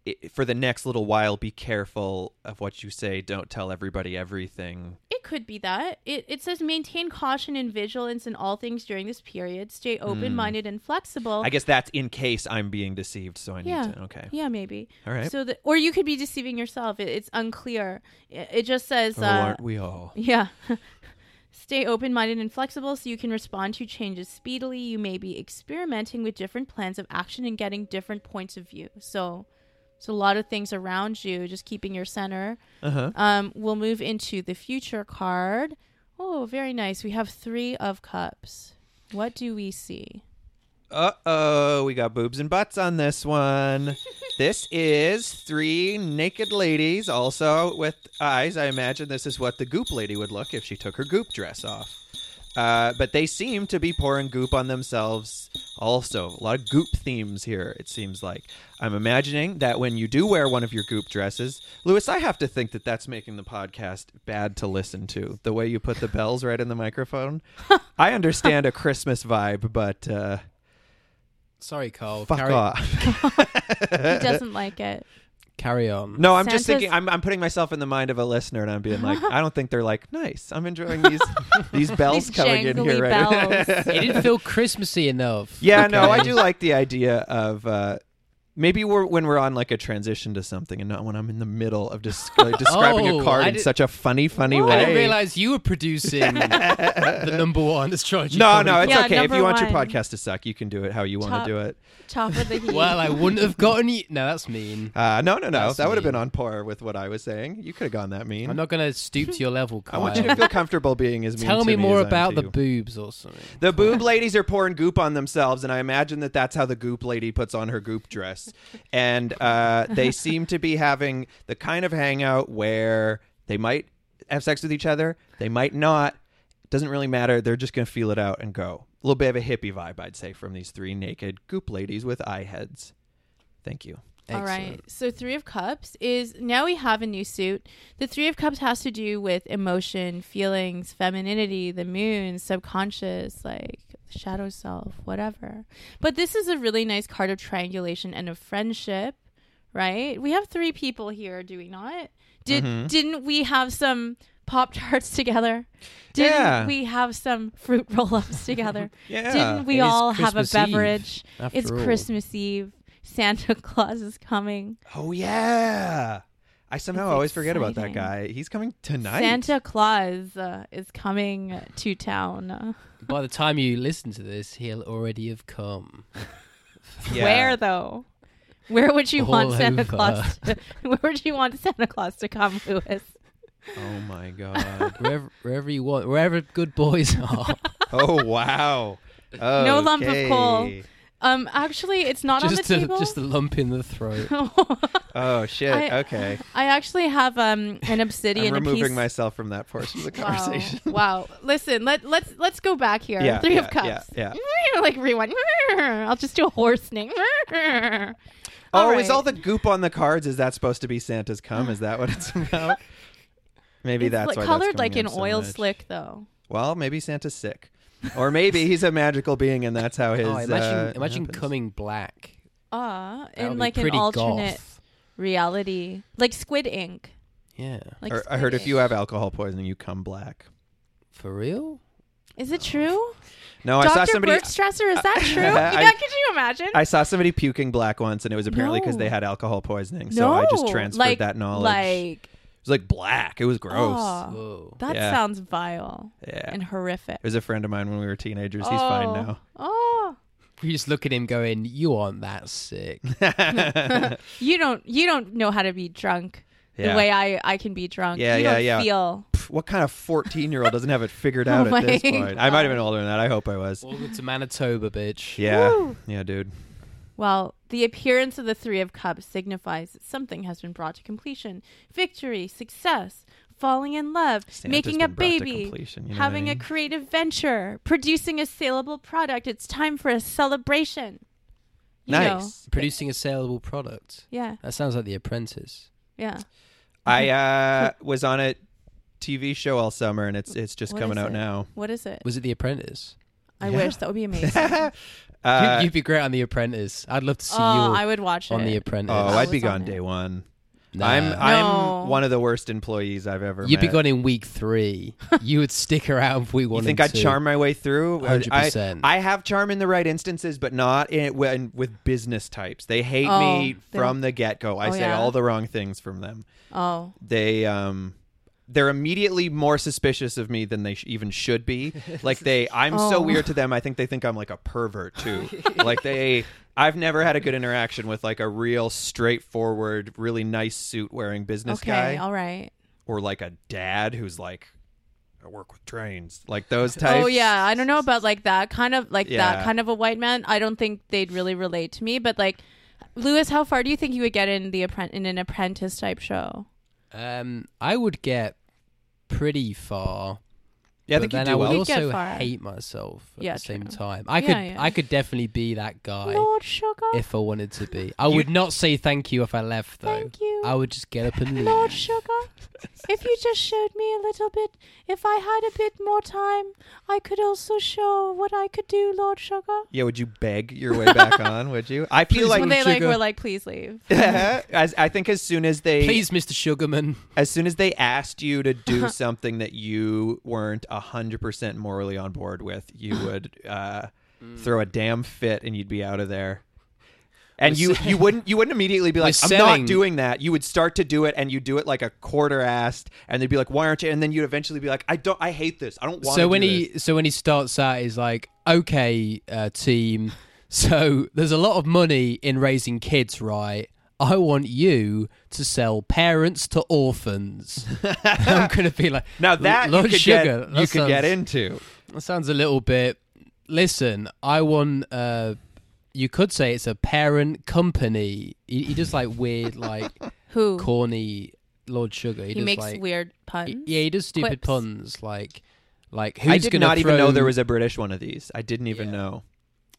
S3: i for the next little while, be careful of what you say. Don't tell everybody everything.
S2: It could be that. It, it says maintain caution and vigilance in all things during this period. Stay open minded and flexible.
S3: Hmm. I guess that's in case I'm being deceived. So I need
S2: Yeah.
S3: to, okay.
S2: yeah, maybe.
S3: All right.
S2: So, the, or you could be deceiving yourself. It, it's unclear. It, it just says,
S3: oh,
S2: uh,
S3: aren't we all?
S2: yeah. Stay open minded and flexible so you can respond to changes speedily. You may be experimenting with different plans of action and getting different points of view. So, so a lot of things around you, just keeping your center.
S3: Uh huh.
S2: Um, we'll move into the future card. Oh, very nice. We have three of cups. What do we see?
S3: Uh oh, we got boobs and butts on this one. this is three naked ladies, also with eyes. I imagine this is what the goop lady would look if she took her goop dress off. Uh, but they seem to be pouring goop on themselves also. A lot of goop themes here, it seems like. I'm imagining that when you do wear one of your goop dresses, Lewis, I have to think that that's making the podcast bad to listen to. The way you put the bells right in the microphone. I understand a Christmas vibe, but. Uh,
S1: Sorry, Carl.
S3: Fuck
S1: carry,
S3: off.
S2: He doesn't like it.
S1: carry on.
S3: No, I'm just
S2: Santa's-
S3: thinking. I'm, I'm putting myself in the mind of a listener, and I'm being like, I don't think they're like nice. I'm enjoying these these bells
S2: These
S3: coming in
S2: jangly
S3: here. Right?
S2: bells.
S1: It didn't feel Christmassy enough.
S3: yeah, no,
S1: okay?
S3: I do like the idea of uh, Maybe we're when we're on like a transition to something, and not when I'm in the middle of just like, describing
S1: Oh,
S3: a card
S1: I
S3: in
S1: did-
S3: such a funny, funny
S1: I didn't
S3: way.
S1: realize you were producing the number one astrology.
S3: no,
S1: comedy
S3: no, it's
S1: podcast.
S4: Yeah,
S3: okay. If
S4: number
S3: you want your
S4: one.
S3: podcast to suck, you can do it how you want
S4: Top-
S3: to do it.
S4: Top of the heap.
S1: Well, I wouldn't have gotten you. No, that's mean.
S3: Uh, no, no, no.
S1: That's
S3: that would have
S1: mean.
S3: been on par with what I was saying. You could have gone that mean.
S1: I'm not going to stoop to your level,
S3: I
S1: Kyle.
S3: want you to feel comfortable being as mean
S1: Tell
S3: to
S1: me more
S3: as I am
S1: about
S3: to
S1: the
S3: you.
S1: boobs or something.
S3: The boob ladies are pouring goop on themselves, and I imagine that that's how the goop lady puts on her goop dress. And uh, they seem to be having the kind of hangout where they might have sex with each other, they might not. Doesn't really matter. They're just going to feel it out and go. A little bit of a hippie vibe, I'd say, from these three naked goop ladies with eye heads. Thank you.
S1: Excellent.
S2: All right. So Three of Cups is now we have a new suit. The Three of Cups has to do with emotion, feelings, femininity, the moon, subconscious, like shadow self, whatever. But this is a really nice card of triangulation and of friendship, right? We have three people here, do we not? Did
S1: Mm-hmm.
S2: didn't we have some Pop Tarts together? Didn't
S3: Yeah.
S2: we have some fruit roll ups together?
S3: Yeah.
S2: Didn't we
S1: It is
S2: all have a
S1: Christmas Eve,
S2: beverage?
S1: after
S2: it's
S1: all.
S2: Christmas Eve. Santa Claus is coming.
S3: Oh, yeah. I somehow
S2: It's
S3: always forget about that
S2: exciting.
S3: guy. He's coming tonight.
S2: Santa Claus uh, is coming to town. Uh,
S1: By the time you listen to this, he'll already have come.
S3: Yeah.
S2: Where though? Where would you
S1: All
S2: want Santa
S3: uh,
S1: over.
S2: Claus? To, where would you want Santa Claus to come, Lewis?
S3: Oh, my God.
S1: Wherever, wherever you want, wherever good boys are.
S3: oh, wow.
S2: No lump of coal.
S3: Okay.
S2: Um, actually, it's not on the
S1: just the
S2: table.
S1: just the lump in the throat.
S3: Oh shit!
S2: I-
S3: okay,
S2: I actually have um an obsidian.
S3: I'm
S2: a
S3: removing
S2: piece-
S3: myself from that portion of the
S2: Wow.
S3: conversation.
S2: wow. Listen, let let's let's go back here.
S3: Yeah,
S2: Three of
S3: yeah,
S2: cups.
S3: yeah, yeah.
S2: like rewind. I'll just do a horse name.
S3: oh,
S2: All right.
S3: is all the goop on the cards? Is that supposed to be Santa's cum? Is that what it's about? Maybe
S2: It's
S3: that's
S2: like
S3: why that's
S2: colored
S3: coming
S2: like
S3: up
S2: an
S3: so
S2: oil
S3: much.
S2: slick though.
S3: Well, maybe Santa's sick, or maybe he's a magical being, and that's how his.
S1: oh, imagine
S3: uh,
S1: imagine
S3: happens.
S1: coming black.
S2: Ah,
S1: That would
S2: in
S1: be
S2: like an
S1: pretty
S2: alternate
S1: goth.
S2: reality, like Squid Ink.
S1: Yeah,
S2: Like
S3: Or, I
S2: Squid
S3: heard if
S2: Ink.
S3: you have alcohol poisoning, you come black.
S1: for real.
S2: is it true?
S3: No, Oh, I saw
S2: Doctor
S3: somebody.
S2: Bergstresser, is that true?
S3: I-
S2: yeah, could you imagine?
S3: I saw somebody puking black once, and it was apparently because
S2: No.
S3: they had alcohol poisoning. So I just transferred
S2: like,
S3: that knowledge.
S2: Like,
S3: it was like black. It was gross.
S2: aw,
S1: Whoa.
S2: that
S3: Yeah.
S2: sounds vile
S3: yeah.
S2: and horrific.
S3: It was a friend of mine when we were teenagers. He's fine now.
S2: Oh,
S1: We just look at him going, "You aren't that sick."
S2: you don't you don't know how to be drunk
S3: Yeah.
S2: the way I I can be drunk.
S3: Yeah,
S2: you
S3: yeah,
S2: don't
S3: yeah.
S2: Feel
S3: Pff, what kind of 14 year old doesn't have it figured out
S2: Oh
S3: at this
S2: my
S3: point? I might have been older than that. I hope I was.
S1: Welcome to Manitoba, bitch.
S3: Yeah.
S2: Woo.
S3: Yeah, dude.
S2: Well, the appearance of the Three of Cups signifies that something has been brought to completion victory, success, falling in love,
S3: Santa's
S2: making
S3: been
S2: a
S3: brought to
S2: baby,
S3: completion, you know what I
S2: having
S3: mean?
S2: a creative venture, producing a saleable product. It's time for a celebration. You know.
S3: Nice.
S1: Producing a saleable product.
S2: Yeah,
S1: That sounds like The Apprentice.
S2: yeah.
S3: I uh, was on a TV show all summer and it's it's just
S2: What
S3: coming
S2: is
S3: out
S2: it?
S3: now.
S2: What is it?
S1: Was it The Apprentice?
S2: I
S3: Yeah.
S2: wish that would be amazing.
S3: Uh,
S1: You'd- You'd be great on The Apprentice. I'd love to see
S2: oh,
S1: you
S2: I would watch
S1: on
S2: it.
S1: The Apprentice.
S3: oh,
S2: I
S3: I'd be
S2: was on
S3: gone
S2: it.
S3: day one.
S1: Nah.
S3: I'm I'm
S2: No.
S3: one of the worst employees I've ever
S1: You'd be
S3: met.
S1: gone in week three. you would stick around if we
S3: You
S1: wanted.
S3: think I'd
S1: to.
S3: charm my way through? I-
S1: 100%.
S3: I, have charm in the right instances, but not in, when, with business types. They hate me
S2: Oh, they-
S3: from the get go. I
S2: Oh,
S3: say
S2: yeah?
S3: all the wrong things from them.
S2: Oh,
S3: they um they're immediately more suspicious of me than they sh- even should be. Like they, I'm so
S2: Oh.
S3: weird to them. I think they think I'm like a pervert too. like they, I've never had a good interaction with like a real straightforward, really nice suit wearing business
S2: okay,
S3: guy,
S2: all right.
S3: or like a dad who's like, I work with trains, like those types.
S2: Oh yeah, I don't know about like that kind of like
S3: Yeah.
S2: that kind of a white man. I don't think they'd really relate to me. But like, Lewis, how far do you think you would get in the appren- in an apprentice type show?
S1: Um, I would get pretty far.
S3: yeah. I
S1: but
S3: think you
S1: then
S3: do
S1: I would
S3: well.
S2: You'd get
S1: also
S2: far.
S1: hate myself at
S2: Yeah,
S1: the same
S2: true.
S1: time. I
S2: Yeah,
S1: could
S2: yeah.
S1: I could definitely be that guy
S2: Lord sugar,
S1: if I wanted to be. I would not say thank you if I left though.
S2: Thank you.
S1: I would just get up and leave.
S2: Lord sugar. if you just showed me a little bit, if I had a bit more time, I could also show what I could do, Lord sugar.
S3: yeah. Would you beg your way back on? Would you? I feel
S2: when
S3: like.
S2: they like
S1: sugar.
S2: were like, please leave.
S3: as, I think as soon as they
S1: Please, Mr. Sugarman.
S3: as soon as they asked you to do something that you weren't 100% morally on
S1: Mm.
S3: board with, you would uh, throw a damn fit and you'd be out of there. and you you wouldn't you wouldn't immediately be like I'm
S1: selling-
S3: not doing that. You would start to do it, and you do it like a quarter assed, and they'd be like, why aren't you? And then you'd eventually be like, I don't, I hate this. I don't want.
S1: so when he so when he starts out he's like okay uh, team so there's a lot of money in raising kids right i want you to sell parents to orphans i'm gonna be like
S3: now that
S1: Lord
S3: you could
S1: sugar
S3: get
S1: that
S3: you could get
S1: sounds-
S3: into.
S1: that sounds a little bit listen i want uh you could say it's a parent company he, he does like weird like
S2: Who
S1: corny lord sugar he,
S2: he
S1: does
S2: makes
S1: like
S2: weird puns.
S1: yeah he does stupid
S2: quips.
S1: puns like like who's
S3: I did
S1: gonna
S3: not even know
S1: throw-
S3: there was a British one of these. I didn't even
S1: Yeah.
S3: know.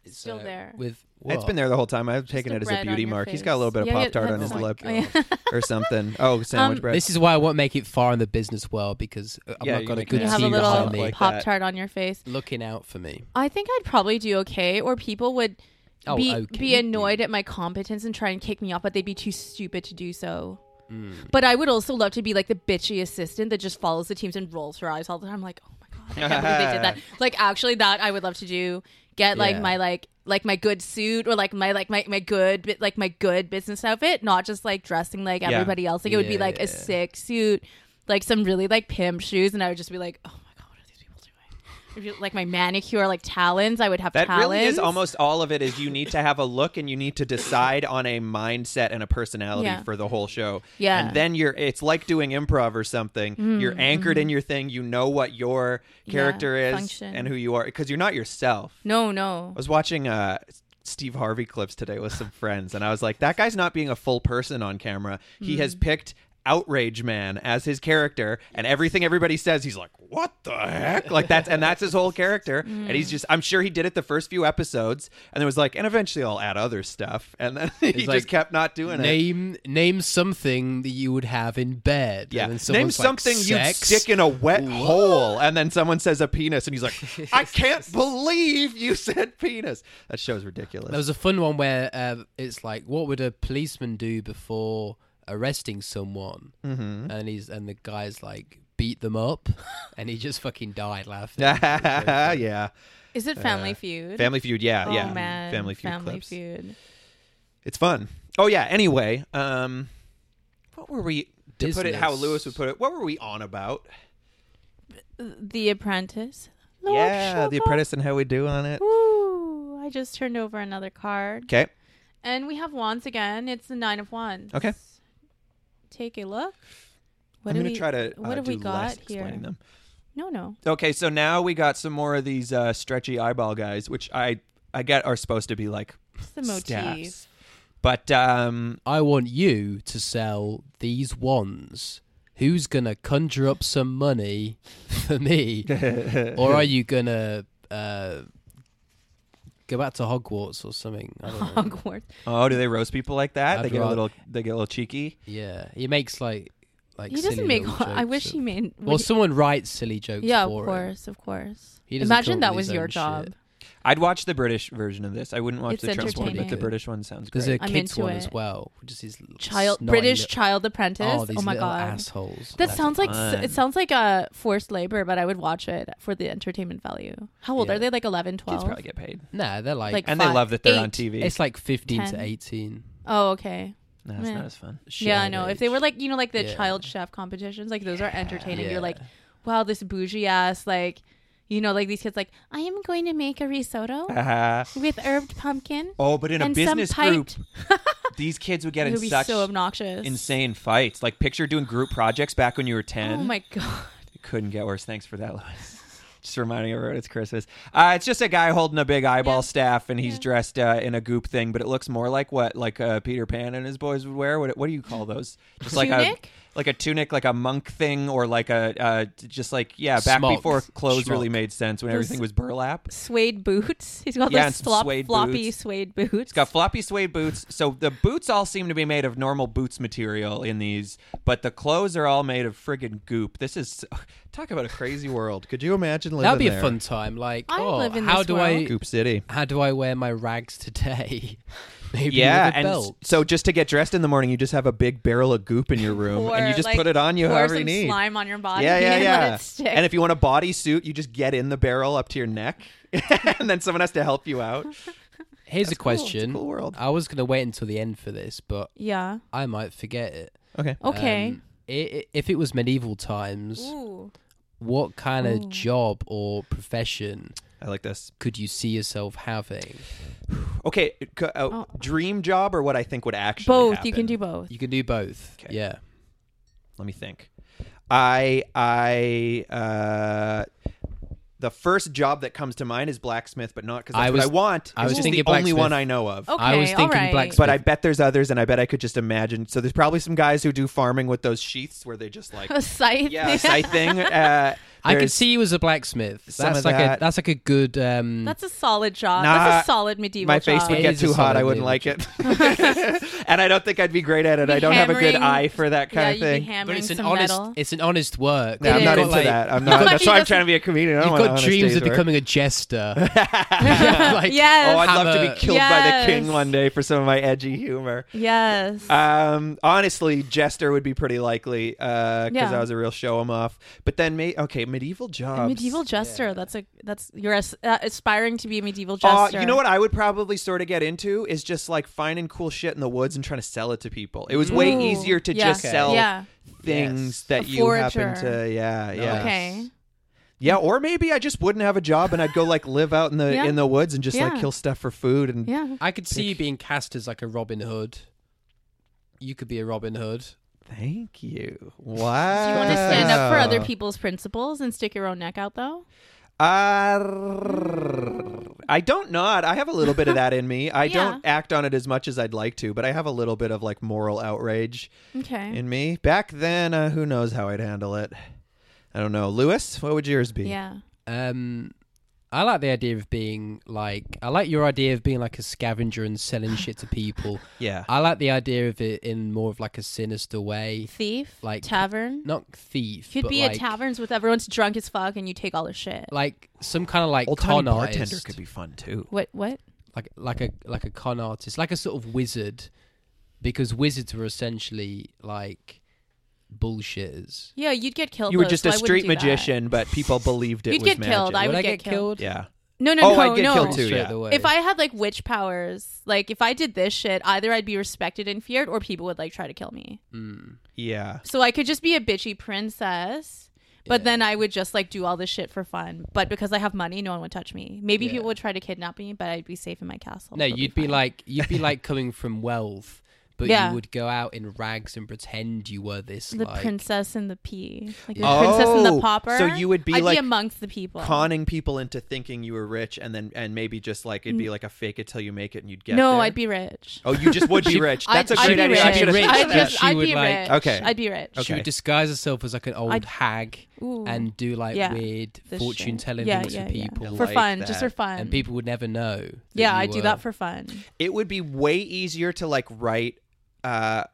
S1: It's
S2: still there.
S1: uh, with
S3: It's been there the whole time. I've taken
S2: the
S3: it as a
S2: bread on
S3: beauty
S2: your
S3: mark. He's
S2: face.
S3: got a little bit of
S2: Yeah, yeah,
S3: pop tart
S2: that's
S3: on his
S2: fine.
S3: lip
S2: Oh, yeah.
S3: or something. Oh, sandwich
S2: Um,
S3: bread.
S1: This is why I won't make it far in the business world because uh, I've
S3: Yeah,
S1: not got
S3: you
S1: a good
S2: you
S3: can
S2: have a
S1: team behind
S2: little
S1: me
S3: like that.
S2: pop tart on your face.
S1: looking out for me.
S2: I think I'd probably do okay, or people would
S1: Oh,
S2: be
S1: okay,
S2: be
S1: dude.
S2: annoyed at my competence and try and kick me off, but they'd be too stupid to do so.
S1: Mm.
S2: But I would also love to be like the bitchy assistant that just follows the teams and rolls her eyes all the time. Like, oh my god, I can't believe they did that. Like, actually, that I would love to do. Get like
S1: Yeah.
S2: my like like my good suit or like my like my my good bi- like my good business outfit, not just like dressing like
S3: Yeah.
S2: everybody else. Like it would be like
S1: Yeah.
S2: a sick suit, like some really like pimp shoes, and I would just be like, oh my god, what are these people doing? If you- Like my manicure, like talons, I would have
S3: that
S2: talons.
S3: really is almost all of it. Is you need to have a look and you need to decide on a mindset and a personality
S2: Yeah.
S3: for the whole show.
S2: Yeah. Mm-hmm,
S3: and then you're. It's like doing improv or something. you're anchored in your thing. You know what your character is
S2: function.
S3: and who you are because you're not yourself.
S2: no, no.
S3: I was watching uh, Steve Harvey clips today with some friends, and I was like, that guy's not being a full person on camera. He has
S1: Mm-hmm.
S3: picked outrage man as his character and everything everybody says he's like what the heck like that's and that's his whole character and
S1: Mm.
S3: he's just i'm sure he did it the first few episodes and it was like and eventually i'll add other stuff and then he just
S1: like,
S3: kept not doing it
S1: Name name something that you would have in bed.
S3: yeah
S1: And then
S3: name
S1: someone's like,
S3: something you'd
S1: sex?
S3: stick in a wet hole and then someone says a penis and he's like i can't believe you said penis that show's ridiculous
S1: There was a fun one where uh, it's like, what would a policeman do before arresting someone? Mm-hmm. And he's and the guy's like, beat them up, and he just fucking died laughing.
S3: yeah.
S2: Is it Family Feud?
S3: Family Feud. Yeah,
S2: Oh,
S3: Uh, yeah.
S2: man.
S3: Family Feud
S2: Family
S3: clips.
S2: Feud.
S3: It's fun. Oh yeah. Anyway, um, what were we? To put it how
S1: Business.
S3: Lewis would put it, what were we on about?
S2: The Apprentice. Lord Sugar.
S3: and how we do on it.
S2: Ooh, I just turned over another card.
S3: Okay.
S2: And we have wands again. It's the nine of wands.
S3: Okay.
S2: Take a look. What
S3: I'm
S2: do
S3: gonna
S2: we-
S3: try to.
S2: what
S3: uh,
S2: have
S3: do
S2: we got
S3: less
S2: here?
S3: Explaining them.
S2: No, no.
S3: Okay, so now we got some more of these uh, stretchy eyeball guys, which I I get are supposed to be like
S2: It's the motif.
S3: staffs. But um,
S1: I want you to sell these wands. Who's gonna conjure up some money for me, or are you gonna uh, go back to Hogwarts or something? I don't know.
S2: Hogwarts.
S3: oh, do they roast people like that?
S1: I'd
S3: they get a
S1: rather-
S3: little they get a little cheeky.
S1: yeah, he makes like like.
S2: he
S1: silly
S2: doesn't make.
S1: little
S2: ho- I
S1: jokes
S2: wish
S1: of-
S2: he made.
S1: Well,
S2: would he-
S1: someone writes silly jokes.
S2: yeah,
S1: for
S2: of
S1: him.
S2: course, of course.
S1: He doesn't come
S2: Imagine
S1: up
S2: that
S1: with
S2: was
S1: his
S2: your
S1: own
S2: job.
S1: shit.
S3: I'd watch the British version of this. I wouldn't watch
S2: It's
S3: the French one, but the
S1: entertaining.
S3: British one sounds
S1: There's
S3: great.
S1: a
S2: I'm
S1: kids
S2: into
S1: one as
S2: it.
S1: well, which is his l-
S2: Child,
S1: snotty
S2: British
S1: li-
S2: child apprentice.
S1: Oh,
S2: Oh,
S1: these
S2: my
S1: little
S2: god.
S1: assholes.
S2: That
S1: That's
S2: sounds like
S3: fun.
S2: it sounds like a forced labor, but I would watch it for the entertainment value. How old
S1: Yeah.
S2: are they? Like 11,
S3: Kids
S2: 12?
S3: probably get paid.
S1: Nah, they're like,
S2: Like-
S3: And they
S2: Five-
S3: love that they're on
S2: eight.
S3: TV.
S1: it's like fifteen to
S2: Ten.
S1: eighteen.
S2: Oh, okay.
S3: no, it's
S2: Yeah.
S3: not as fun.
S2: yeah, I
S1: Shit
S2: know. If they were
S1: age.
S2: like, you know, like the
S1: Yeah.
S2: child chef competitions, like those are entertaining.
S1: Yeah.
S2: You're like, wow, this bougie ass, like, you know, like these kids, like, I am going to make a risotto with herbed pumpkin
S3: oh, but in a
S2: and
S3: business
S2: some piped.
S3: group, these kids would get
S2: it
S3: in
S2: would be
S3: such
S2: so obnoxious.
S3: insane fights. Like picture doing group projects back when you were
S2: Oh
S3: ten.
S2: my god.
S3: It couldn't get worse. Thanks for that, Louis. Just reminding everyone it's Christmas. Uh, it's just a guy holding a big eyeball
S2: Yeah.
S3: staff, and he's
S2: Yeah.
S3: dressed uh, in a goop thing, but it looks more like what like uh, Peter Pan and his boys would wear. What, what do you call those? Just like
S2: Tunic?
S3: a like a tunic, like a monk thing, or like a uh, just like yeah, back
S1: Smock.
S3: before clothes really
S1: Schmock.
S3: made sense when everything was burlap.
S2: Suede boots. He's got
S3: Yeah, and
S2: those
S3: some
S2: flop,
S3: suede
S2: floppy
S3: boots.
S2: suede boots.
S3: It's got floppy suede boots. So the boots all seem to be made of normal boots material in these, but the clothes are all made of friggin' goop. This is talk about a crazy world. Could you imagine living
S1: That'd be a
S3: there?
S1: fun time. Like,
S2: I
S1: oh,
S2: live in
S1: how
S2: this
S1: do
S2: world.
S1: I
S3: Goop City.
S1: how do I wear my rags today? Maybe
S3: yeah,
S1: with a
S3: and s-
S1: belt.
S3: so just to get dressed in the morning, you just have a big barrel of goop in your room,
S2: Pour,
S3: and you just
S2: like,
S3: put it on you
S2: pour
S3: however
S2: some
S3: you need.
S2: slime on your body.
S3: Yeah, yeah,
S2: and
S3: yeah.
S2: Let it stick.
S3: And if you want a bodysuit, you just get in the barrel up to your neck, and then someone has to help you out.
S1: Here's
S3: That's
S1: a
S3: cool. It's
S1: question.
S3: cool world.
S1: I was going to wait until the end for this, but
S2: Yeah.
S1: I might forget it.
S3: Okay.
S2: Okay.
S1: Um, i- i- if it was medieval times,
S2: Ooh.
S1: what kind
S2: Ooh.
S1: of job or profession
S3: I like this.
S1: could you see yourself having?
S3: Okay, c- uh,
S2: Oh.
S3: dream job or what I think would actually
S2: Both. You can
S3: happen?
S2: do both.
S1: You can do both.
S3: Okay.
S1: Yeah.
S3: Let me think. I I uh the first job that comes to mind is blacksmith, but not because
S1: I
S3: I
S1: was-
S3: I want.
S1: I
S3: It's
S1: was
S3: just
S1: thinking
S3: the only
S1: blacksmith.
S3: one I know of.
S2: Okay.
S1: I was thinking
S2: all right.
S1: blacksmith.
S3: But I bet there's others, and I bet I could just imagine. So there's probably some guys who do farming with those sheaths where they just like
S2: A scythe.
S3: yeah, scythe thing. Uh,
S1: I could
S3: there's-
S1: see you as a blacksmith. That's
S3: some
S1: like
S3: of that.
S1: a that's like a good um
S2: That's a solid job.
S3: Mm. Nah,
S2: That's a solid medieval
S3: my face
S2: job.
S3: would
S1: It
S3: get
S1: is a
S3: too hot. I
S1: solid
S3: wouldn't
S1: label
S3: like it, and I don't think I'd be great at it.
S2: Be
S3: I don't have a good
S2: hammering-
S3: eye for that
S2: yeah,
S3: kind
S2: you'd
S3: of thing.
S2: be hammering
S1: but it's an
S2: some
S1: honest
S2: metal.
S1: it's an honest work.
S3: No, I'm
S2: It
S3: not
S2: is.
S3: into that. I'm
S1: you've
S3: not.
S1: got-
S3: That's
S2: He
S3: why I'm
S2: doesn't-
S3: trying to be a comedian. I
S1: You've
S3: don't want
S1: got
S3: honest
S1: dreams
S3: days
S1: of
S3: work.
S1: becoming a jester. Like,
S2: Yes.
S3: Oh, I'd love to
S1: Hammer.
S3: be killed by the
S2: Yes.
S3: king one day for some of my edgy humor.
S2: yes.
S3: Um, honestly, Jester would be pretty likely because
S2: Yeah.
S3: I was a real show 'em off. But then, ma- okay, medieval jobs.
S2: medieval jester.
S1: Yeah.
S2: That's a that's you're as, uh, aspiring to be a medieval
S3: Uh,
S2: jester.
S3: you know what I would probably sort of get into is just like finding cool shit in the woods and trying to sell it to people. It was way
S2: Ooh.
S3: easier to
S2: Yeah.
S3: just
S1: Okay.
S3: sell
S2: Yeah.
S3: things
S1: Yes.
S3: that
S2: A
S3: you happen
S2: forager.
S3: to. Yeah, yeah,
S1: Nice.
S2: Okay.
S3: yeah. Or maybe I just wouldn't have a job and I'd go like live out in the
S2: Yeah.
S3: in the woods and just
S2: Yeah.
S3: like kill stuff for food and
S2: Yeah.
S1: I could see you being cast as like a Robin Hood. You could be a Robin Hood.
S3: Thank you. Wow.
S2: Do you want to stand up for other people's principles and stick your own neck out, though?
S3: Uh, I don't not. I have a little bit of that in me. I
S2: Yeah.
S3: don't act on it as much as I'd like to, but I have a little bit of like moral outrage
S2: Okay.
S3: in me. Back then, uh, who knows how I'd handle it. I don't know. Lewis, what would yours be?
S2: yeah.
S1: Um, I like the idea of being like I like your idea of being like a scavenger and selling shit to people.
S3: Yeah.
S1: I like the idea of it in more of like a sinister way,
S2: Thief.
S1: Like-
S2: tavern.
S1: not thief.
S2: Could
S1: but
S2: be
S1: like,
S2: at taverns with everyone's drunk as fuck and you take all their shit.
S1: Like some kind of like
S3: Old
S1: con
S3: time bartender
S1: artist,
S3: could be fun too.
S2: What? What?
S1: like like a like a con artist, like a sort of wizard, because wizards were essentially like bullshitters.
S2: Yeah, you'd get killed.
S3: You were
S2: though,
S3: just
S2: so
S3: a
S2: I wouldn't
S3: street
S2: do that.
S3: magician, but people believed it
S2: You'd
S3: was
S2: get killed. I
S3: magic.
S2: would
S1: I
S2: get
S1: get
S2: killed.
S1: killed?
S3: yeah.
S2: No, no,
S3: Oh,
S2: no,
S3: I'd get
S2: no.
S3: killed too.
S1: Straight
S3: yeah.
S1: away.
S2: If I had like witch powers, like if I did this shit, either I'd be respected and feared, or people would like try to kill me.
S1: Mm.
S3: Yeah.
S2: So I could just be a bitchy princess, but
S1: Yeah.
S2: then I would just like do all this shit for fun. But because I have money, no one would touch me. Maybe
S1: Yeah.
S2: people would try to kidnap me, but I'd be safe in my castle.
S1: No,
S2: It'll
S1: you'd be
S2: fine.
S1: like you'd be like coming from wealth, but
S2: Yeah.
S1: you would go out in rags and pretend you were this
S2: the
S1: like
S2: princess and the pea, like the
S1: Yeah.
S2: princess and the
S3: Oh,
S2: pauper.
S3: so you would be
S2: I'd
S3: like
S2: be amongst the people.
S3: Conning people into thinking you were rich, and then and maybe just like it'd be like a fake it till you make it, and you'd get
S2: Mm. no,
S3: there.
S2: I'd be rich.
S3: Oh, you just would be
S1: She-
S3: rich.
S2: I'd-
S3: That's a
S2: I'd
S3: great
S2: be
S3: idea. I
S2: rich.
S3: should have
S1: Rich.
S3: said
S2: I'd,
S1: that.
S2: just,
S1: She
S2: I'd
S1: would,
S2: be
S1: like-
S2: rich.
S3: Okay.
S2: I'd be rich.
S1: She
S3: Okay.
S1: would disguise herself as like an old
S2: I'd-
S1: hag
S2: Ooh.
S1: and do like
S2: Yeah.
S1: weird
S2: This
S1: fortune
S2: shit.
S1: telling
S2: Yeah,
S1: things
S2: yeah,
S1: to
S2: yeah.
S1: people,
S2: for
S3: like
S2: fun, just
S3: that.
S2: for fun.
S1: and people would never know. that
S2: yeah,
S1: you
S2: I do
S1: were-
S2: that for fun.
S3: It would be way easier to like write uh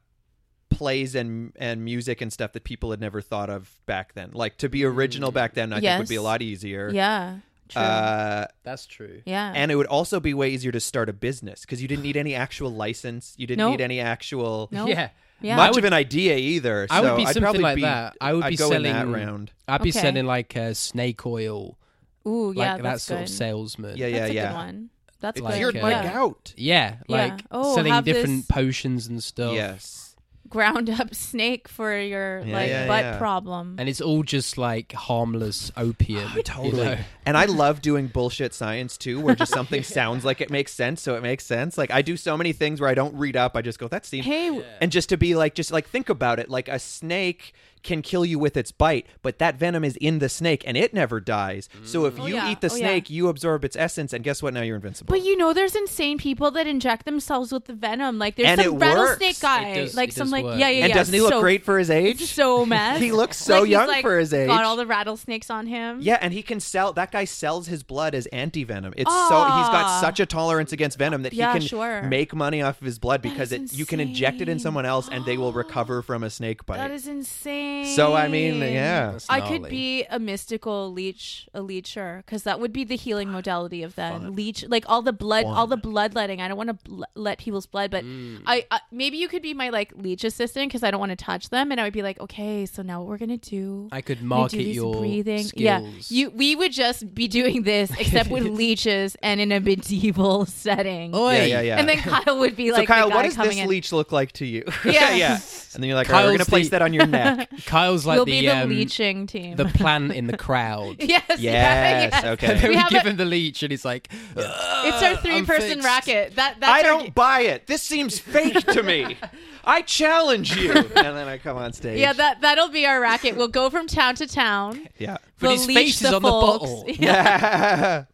S3: plays and and music and stuff that people had never thought of back then. Like to be original back then, I think would be a
S2: Mm. Yes.
S3: lot easier.
S2: Yeah, true.
S3: Uh,
S1: That's true.
S2: yeah,
S3: and it would also be way easier to start a business because you didn't need any actual license. You didn't
S2: No.
S3: need any actual
S2: No.
S1: Yeah,
S2: yeah.
S3: much
S1: I would-
S3: of an idea either.
S1: I would
S3: So
S1: be
S3: I'd
S1: something
S3: probably
S1: like
S3: be-
S1: that. I would
S3: I'd
S1: be
S3: go in that
S1: selling-
S3: round.
S1: I'd be
S2: Okay.
S1: selling like uh, snake oil,
S2: Ooh, yeah,
S1: like that
S2: that's
S1: sort
S2: good.
S1: of salesman.
S3: Yeah, yeah,
S2: that's a
S3: yeah.
S2: good one. That's
S3: It
S1: like,
S3: cured
S2: good.
S3: my
S2: yeah.
S3: gout.
S1: Yeah,
S2: Yeah.
S1: like
S2: Oh,
S1: selling
S2: have
S1: different
S2: this-
S1: potions and stuff.
S3: Yes.
S2: Ground up snake for your
S3: Yeah,
S2: like
S3: yeah,
S2: butt
S3: yeah.
S2: problem.
S1: and it's all just like harmless opium. you
S3: Oh, totally.
S1: know?
S3: And I love doing bullshit science too, where just something sounds like it makes sense, so it makes sense. Like I do so many things where I don't read up. I just go, that seems.
S2: Hey,
S3: And just to be like, just like think about it. Like a snake can kill you with its bite, but that venom is in the snake and it never dies. So if
S2: Oh,
S3: you
S2: yeah.
S3: eat the
S2: Oh, yeah.
S3: snake, you absorb its essence, and guess what? Now you're invincible.
S2: but you know, there's insane people that inject themselves with the venom. Like there's
S3: And
S2: some
S3: it
S2: rattlesnake
S3: works.
S2: guy,
S1: It does-
S2: like
S1: it
S2: some
S1: does
S2: like
S1: work.
S2: yeah, yeah,
S3: and
S2: yeah.
S3: doesn't he look
S2: so,
S3: great for his age?
S2: So mad.
S3: He looks so
S2: like,
S3: young
S2: he's, like,
S3: for his age.
S2: Got all the rattlesnakes on him.
S3: yeah, and he can sell. That guy sells his blood as anti venom. It's so
S2: Aw.
S3: he's got such a tolerance against venom that
S2: Ah. Yeah,
S3: he can
S2: sure.
S3: make money off of his blood because
S2: is
S3: it, you can inject it in
S2: insane.
S3: someone else and they will recover from a snake bite.
S2: That is insane.
S3: So I mean,
S2: Mm.
S3: yeah.
S1: That's
S2: I could
S1: gnarly.
S2: be a mystical leech, a leecher, because that would be the healing modality of them. Leech, like all the blood, all the bloodletting. I don't want to bl- let people's blood, but
S1: Mm.
S2: I uh, maybe you could be my like leech assistant because I don't want to touch them, and I would be like, okay, so now what we're gonna do?
S1: I could
S2: we do
S1: market
S2: these
S1: your skills.
S2: Yeah, you. We would just be doing this except with leeches and in a medieval setting.
S1: Oi.
S3: Yeah, yeah, yeah.
S2: And then Kyle would be
S3: so
S2: like, the
S3: Kyle,
S2: guy
S3: what does
S2: coming
S3: this
S2: in.
S3: leech look like to you?
S2: Yeah.
S3: yeah. And then you're like, all right, we're
S1: Kyle's
S3: gonna place
S1: the-
S3: that on your neck.
S1: Kyle's like
S2: we'll
S1: the
S2: be the
S1: um,
S2: leeching team.
S1: the plan in the crowd.
S2: yes, yes,
S3: Yes,
S2: yes.
S3: okay.
S1: And then
S2: We
S1: we,
S2: have
S1: give
S2: a-
S1: him the leech, and he's like,
S2: It's
S1: Uh,
S2: our three-person racket. That that's
S3: I
S2: our-
S3: don't buy it. This seems fake to me. I challenge you. And then I come on stage.
S2: Yeah, that that'll be our racket. We'll go from town to town.
S3: yeah.
S1: But
S2: we'll
S1: his
S2: leash
S1: face is
S2: the
S1: on the
S2: folks.
S1: bottle.
S2: Yeah,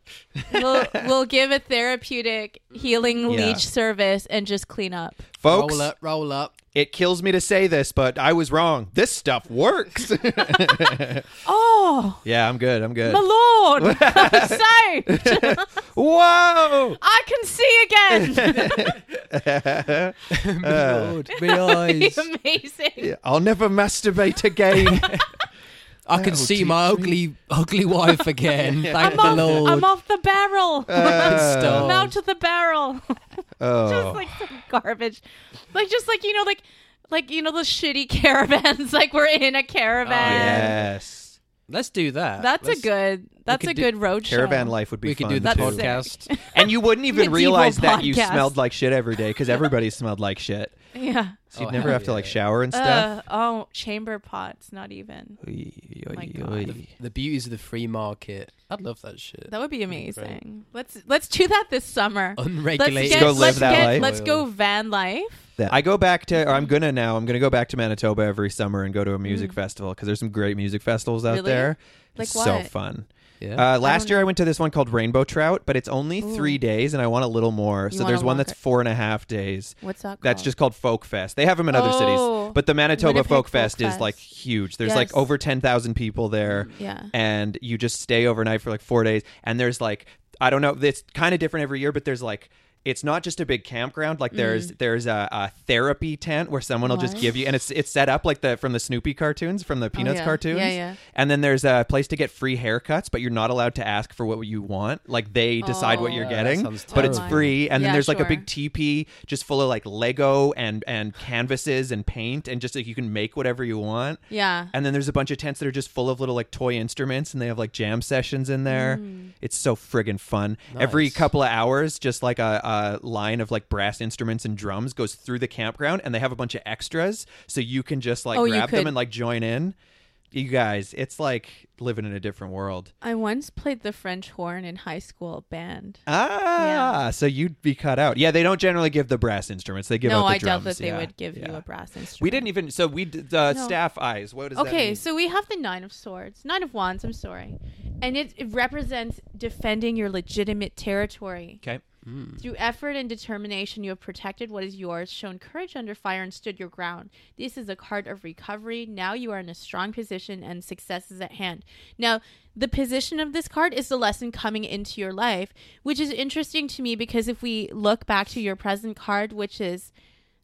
S2: we'll we'll give a therapeutic healing
S3: Yeah.
S2: leech service and just clean up.
S3: Folks,
S1: Roll up, roll up.
S3: it kills me to say this, but I was wrong. This stuff works.
S2: Oh,
S3: yeah, I'm good. I'm good.
S2: my lord! I'm saved.
S3: Whoa!
S2: I can see again.
S3: Uh,
S1: Lord, my eyes.
S2: Amazing.
S3: I'll never masturbate again.
S1: I can see my ugly, ugly wife again. Thank
S2: I'm
S1: the
S2: off.
S1: Lord. Uh,
S2: I'm off the barrel.
S1: Good
S2: I'm out
S1: stuff.
S2: to the barrel.
S3: oh.
S2: just like some garbage, like just like you know, like like you know those shitty caravans. like we're
S1: Oh,
S2: in a caravan.
S3: yes.
S1: Let's do
S3: Uh,
S1: that.
S2: That's
S1: Let's-
S2: a good. That's
S1: could
S2: a
S1: do
S2: good road show.
S3: Caravan life would be
S1: We
S3: fun.
S1: could do the
S2: That's
S3: too.
S2: sick.
S1: podcast.
S3: And you wouldn't even
S2: Medieval
S3: realize that you
S2: podcast.
S3: smelled like shit every day because everybody smelled like shit.
S2: Yeah.
S3: So you'd
S1: Oh,
S3: never
S1: hell
S3: have to like
S1: yeah.
S3: shower and stuff.
S2: Uh, oh, chamber pots. Not even.
S3: Oy,
S2: my
S3: oy,
S2: God.
S3: oy.
S1: the, the beauties of the free market. I'd love that shit.
S2: That would be amazing. Let's let's do that this summer.
S1: Oh,
S2: Let's
S1: Unregulated.
S2: get,
S3: Let's go live
S2: let's,
S3: that
S2: get-
S3: life.
S2: let's go van life.
S3: That- I go back to, or I'm gonna now. I'm gonna go back to Manitoba every summer and go to a music festival because there's some great music festivals out
S2: Mm. Really?
S3: there.
S2: Like
S3: it's so
S2: what? Um,
S3: fun.
S1: Yeah.
S3: Uh,
S2: don't
S3: last year I went to this one called Rainbow Trout, but it's only three days, and I want a little more. so
S2: want
S3: there's
S2: a
S3: one
S2: longer-
S3: that's four and a half days.
S2: What's that?
S3: That's
S2: called?
S3: just called Folk Fest. They have them in other
S2: Oh.
S3: cities, but the Manitoba
S2: Winnipeg
S3: Folk
S2: Folk
S3: Fest, is
S2: Fest.
S3: like huge. There's
S2: Yes.
S3: like over ten thousand people there,
S2: yeah.
S3: and you just stay overnight for like four days. And there's like I don't know, it's kind of different every year, but there's like it's not just a big campground. Like there's there's a, a therapy tent where someone will just
S2: Mm. What? Oh,
S3: give you, and it's it's set up like the from the Snoopy cartoons, from the Peanuts
S2: yeah.
S3: cartoons.
S2: Yeah, yeah.
S3: And then there's a place to get free haircuts, but you're not allowed to ask for what you want. Like they decide what
S2: Oh.
S3: you're
S1: that
S2: Yeah,
S3: getting,
S1: sounds
S3: but it's
S2: terrible.
S3: free. And
S2: Yeah,
S3: then there's like a
S2: sure.
S3: big teepee just full of like Lego and and canvases and paint, and just like you can make whatever you want.
S2: Yeah.
S3: And then there's a bunch of tents that are just full of little like toy instruments, and they have like jam sessions in there.
S2: Mm.
S3: It's so friggin' fun. Every
S1: Nice.
S3: couple of hours, just like a, a line of like brass instruments and drums goes through the campground, and they have a bunch of extras, so you can just like
S2: Oh, you
S3: grab them
S2: could-
S3: and like join in. You guys, it's like living in a different world.
S2: I once played the French horn in high school band.
S3: Ah, so you'd be cut out. Yeah, they don't generally give the brass instruments; they give out
S2: no,
S3: the
S2: I doubt
S3: drums.
S2: that they
S3: Yeah,
S2: would give you
S3: yeah.
S2: a brass instrument.
S3: We didn't even. So we did the
S2: No.
S3: staff eyes. What does that
S2: okay
S3: mean?
S2: so we have the nine of swords nine of wands i'm sorry and it, it represents defending your legitimate territory
S3: Okay. Hmm.
S2: through effort and determination you have protected what is yours shown courage under fire and stood your ground this is a card of recovery now you are in a strong position and success is at hand now the position of this card is the lesson coming into your life which is interesting to me because if we look back to your present card which is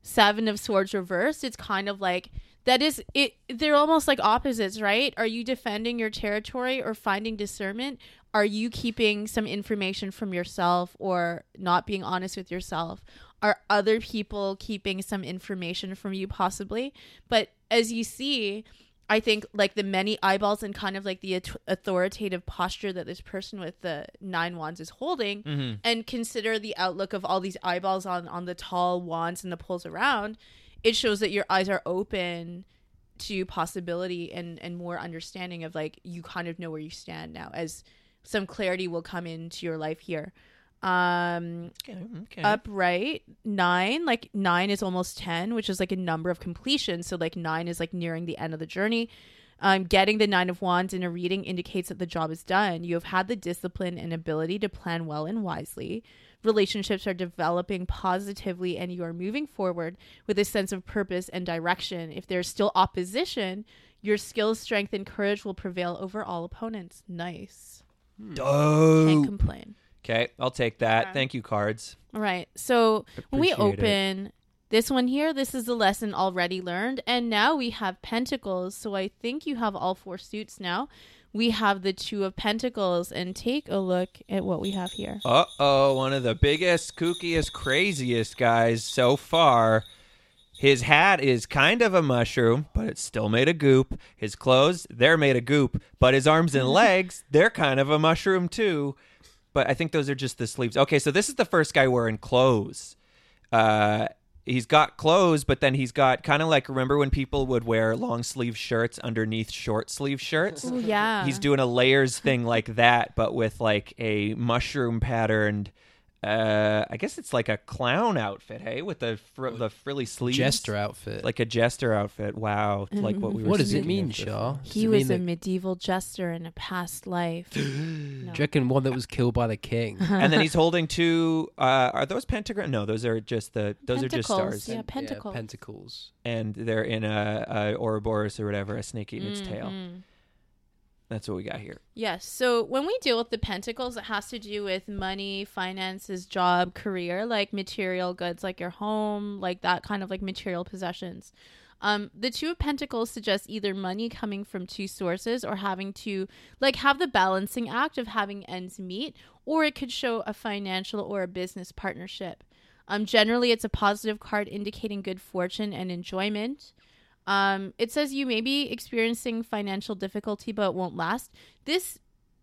S2: seven of swords reversed it's kind of like that is it they're almost like opposites right are you defending your territory or finding discernment are you keeping some information from yourself or not being honest with yourself are other people keeping some information from you possibly but as you see I think like the many eyeballs and kind of like the at- authoritative posture that this person with the nine wands is holding, and consider the outlook of all these eyeballs on on the tall wands and the poles around. It shows that your eyes are open to possibility and and more understanding of like you kind of know where you stand now as some clarity will come into your life here um
S3: Okay.
S2: upright nine like nine is almost ten which is like a number of completion so like nine is like nearing the end of the journey um, getting the nine of wands in a reading indicates that the job is done you have had the discipline and ability to plan well and wisely relationships are developing positively and you are moving forward with a sense of purpose and direction if there's still opposition your skills strength and courage will prevail over all opponents nice can't
S3: Dope.
S2: complain
S3: Okay, I'll take that. Thank you, cards.
S2: All right. So when we
S3: Appreciate it.
S2: open This one here, this is the lesson already learned. And now we have pentacles. So I think you have all four suits now. We have the two of pentacles. And take a look at what we have here.
S3: Uh oh, one of the biggest, kookiest, craziest guys so far. His hat is kind of a mushroom, but it's still made of goop. His clothes, they're made of goop, but his arms and legs, they're kind of a mushroom too. But I think those are just the sleeves. Okay, so this is the first guy wearing clothes. Uh, he's got clothes, but then he's got kind of like remember when people would wear long sleeve shirts underneath short sleeve shirts?
S2: Oh, yeah.
S3: he's doing a layers thing like that, but with like a mushroom patterned. Uh, I guess it's like a clown outfit, hey, with the fr- the frilly sleeves,
S1: Jester outfit.
S3: like a jester outfit. Wow, it's like what we were.
S1: what does it
S3: speaking
S1: mean,
S3: of before.
S1: Shaw? Does
S2: He
S1: it
S2: was a
S1: mean that-
S2: medieval jester in a past life.
S1: Do you reckon one that was killed by the king?
S3: and then he's holding two. Uh, are those pentagram? No, those are just the. Those are just
S2: Pentacles,
S3: stars,
S2: Yeah,
S1: Pen-
S2: pentacles.
S1: pentacles.
S3: and they're in a, a Ouroboros or whatever, a snake eating
S2: Mm-hmm.
S3: its tail. That's what we got here.
S2: Yes. So when we deal with the pentacles, it has to do with money, finances, job, career, like material goods, like your home, like that kind of like material possessions. Um, the two of pentacles suggests either money coming from two sources or having to like have the balancing act of having ends meet, or it could show a financial or a business partnership. Um, generally, it's a positive card indicating good fortune and enjoyment. Um, it says you may be experiencing financial difficulty, but it won't last. This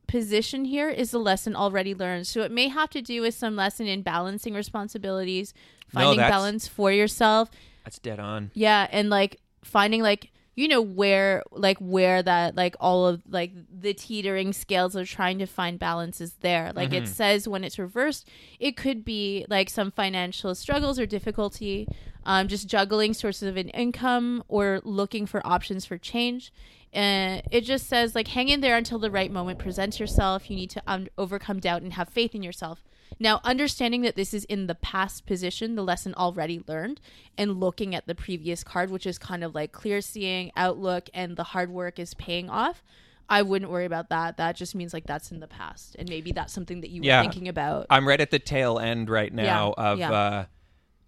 S2: position here is a lesson already learned. So it may have to do with some lesson in balancing responsibilities,
S3: No,
S2: finding
S3: that's-
S2: balance for yourself.
S3: That's dead on.
S2: Yeah, and like finding like you know where like where that like all of like the teetering scales of trying to find balance is there. Like it says when it's reversed, it could be like some financial struggles or difficulty, um, just juggling sources of an income or looking for options for change. And it just says like hang in there until the right moment presents yourself. You need to um, overcome doubt and have faith in yourself. Now, understanding that this is in the past position, the lesson already learned, and looking at the previous card, which is kind of like clear seeing, outlook, and the hard work is paying off, I wouldn't worry about that. That just means like that's in the past. And maybe that's something that you
S3: Yeah. Uh,
S2: were thinking about.
S3: I'm right at the tail end right now
S2: Yeah,
S3: of
S2: yeah.
S3: uh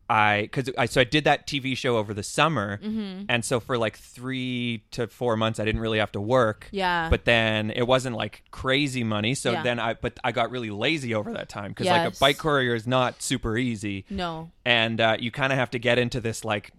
S3: I because I so I did that TV show over the summer,
S2: Mm-hmm.
S3: and so for like three to four months I didn't really have to work.
S2: Yeah.
S3: But then it wasn't like crazy money, so
S2: Yeah.
S3: then I but I got really lazy over that time because like a
S2: Yes.
S3: bike courier is not super easy,
S2: no.
S3: and uh, you kind of have to get into this like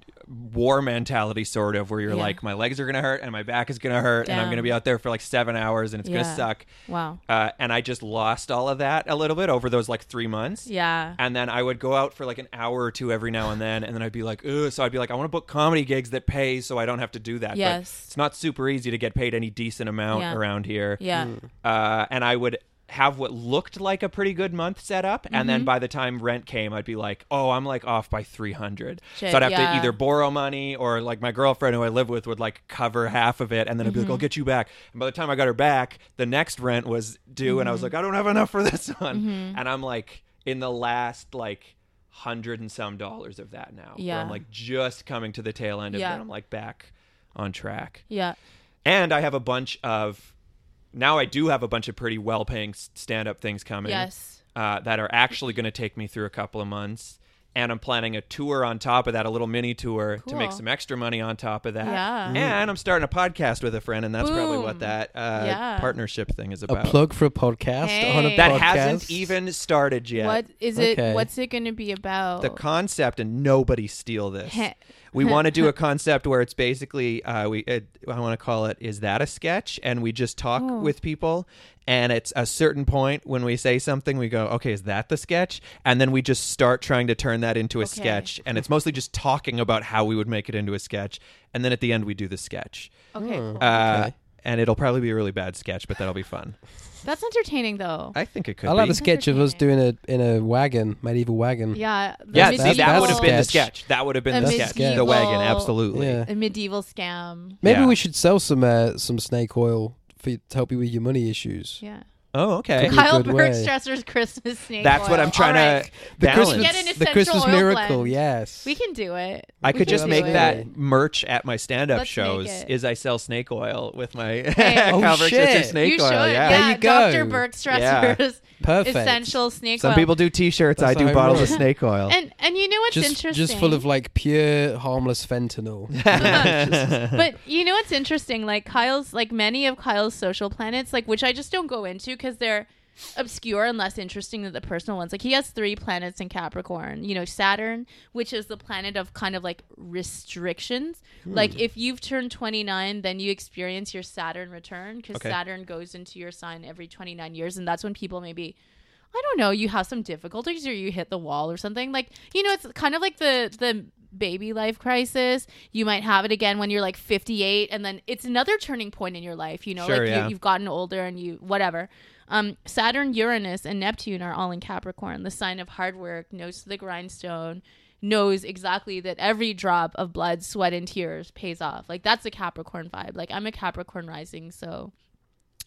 S3: war mentality sort of where you're
S2: Yeah.
S3: like my legs are gonna hurt and my back is gonna hurt and I'm
S2: Damn.
S3: gonna be out there for like seven hours and it's
S2: Yeah.
S3: gonna suck.
S2: Wow.
S3: Uh, and I just lost all of that a little bit over those like three months.
S2: Yeah.
S3: And then I would go out for like an hour or two every now and then, and then I'd be like, ooh, so I'd be like, I want to book comedy gigs that pay so I don't have to do that. But
S2: Yes.
S3: it's not super easy to get paid any decent amount
S2: Yeah.
S3: around here.
S2: Yeah.
S3: Uh, and I would have what looked like a pretty good month set up, and
S2: Mm-hmm.
S3: then by the time rent came, I'd be like, oh, I'm like off by 300.
S2: Shit,
S3: so I'd have
S2: yeah.
S3: to either borrow money or like my girlfriend who I live with would like cover half of it, and then I'd be
S2: Mm-hmm.
S3: like, I'll get you back. And by the time I got her back, the next rent was due, and I
S2: Mm-hmm.
S3: was like, I don't have enough for this one. And I'm like in the last like hundred and some dollars of that now. where
S2: Yeah.
S3: I'm like just coming to the tail end of
S2: Yeah.
S3: it. I'm like back on track
S2: Yeah.
S3: and I have a bunch of now I do have a bunch of pretty well-paying s- stand-up things coming.
S2: Yes.
S3: uh, that are actually going to take me through a couple of months, and I'm planning a tour on top of that, a little mini tour to make
S2: Cool.
S3: some extra money on top of that.
S2: Yeah. Mm.
S3: and I'm starting a podcast with a friend, and that's probably what
S2: Boom.
S3: that uh,
S2: Yeah.
S3: partnership thing is
S1: A
S3: about.
S1: plug for a podcast on a
S2: Hey.
S3: that
S1: podcast.
S3: hasn't even started yet.
S2: What is
S1: Okay.
S2: it? What's it going to be about?
S3: The concept, and nobody steal this. we want to do a concept where it's basically uh, we it, I want to call it is that a sketch and we just talk with people and it's a certain point when we say something we go okay is that the sketch and then we just start trying to turn that into a
S2: Okay.
S3: sketch and it's mostly just talking about how we would make it into a sketch and then at the end we do the sketch
S2: okay. cool.
S3: uh,
S1: Okay.
S3: and it'll probably be a really bad sketch but that'll be fun
S2: That's entertaining though.
S3: I think it could
S1: I like
S3: be
S1: the sketch of us doing a in a wagon, medieval wagon.
S2: yeah. the
S1: That's-
S3: yeah see that
S1: that's
S2: medieval-
S3: would have been the
S1: sketch.
S3: sketch that would have been
S2: A
S3: the sketch the
S2: medieval-
S3: wagon absolutely
S1: Yeah.
S2: a medieval scam.
S1: Maybe
S3: Yeah.
S1: we should sell some uh, some snake oil for to help you with your money issues.
S2: Yeah.
S3: Oh, okay.
S1: Could be-
S2: Kyle
S1: good way.
S2: Bergstresser's Christmas snake.
S3: That's what
S2: oil.
S3: I'm trying
S2: All right.
S3: to
S1: The
S3: balance.
S1: Christmas,
S2: Get an
S1: the
S2: essential
S1: Christmas
S2: oil
S1: miracle,
S2: blend.
S1: yes.
S2: We can do it.
S3: I
S2: We
S1: can
S3: could just
S1: do
S3: make
S1: it.
S3: that merch at my stand-up
S2: Let's make
S3: shows.
S2: it.
S3: Is I sell snake oil with my
S2: Hey.
S1: Oh,
S3: Kyle Richardson
S1: shit.
S3: snake
S2: you
S3: oil.
S2: should.
S3: Yeah.
S1: There you go.
S2: Dr. Bergstresser's
S1: Perfect.
S2: essential snake
S3: Some
S2: oil.
S3: people do T-shirts.
S1: That's
S3: I do
S1: how I
S3: bottles of
S1: roll.
S3: snake oil.
S2: And and you know what's
S1: just,
S2: interesting?
S1: just full of like pure harmless fentanyl.
S2: but you know what's interesting? Like Kyle's, like many of Kyle's social planets, like which I just don't go into because they're obscure and less interesting than the personal ones. Like he has three planets in Capricorn. You know, Saturn, which is the planet of kind of like restrictions. Like if you've turned 29, then you experience your Saturn return because
S3: Okay.
S2: Saturn goes into your sign every 29 years, and that's when people maybe. I don't know. You have some difficulties, or you hit the wall, or something. Like you know, it's kind of like the the baby life crisis. You might have it again when you're like 58, and then it's another turning point in your life. You know,
S3: Sure,
S2: like
S3: yeah.
S2: you, you've gotten older, and you whatever. Um, Saturn, Uranus, and Neptune are all in Capricorn, the sign of hard work, nose to the grindstone, knows exactly that every drop of blood, sweat, and tears pays off. Like that's a Capricorn vibe. Like I'm a Capricorn rising, so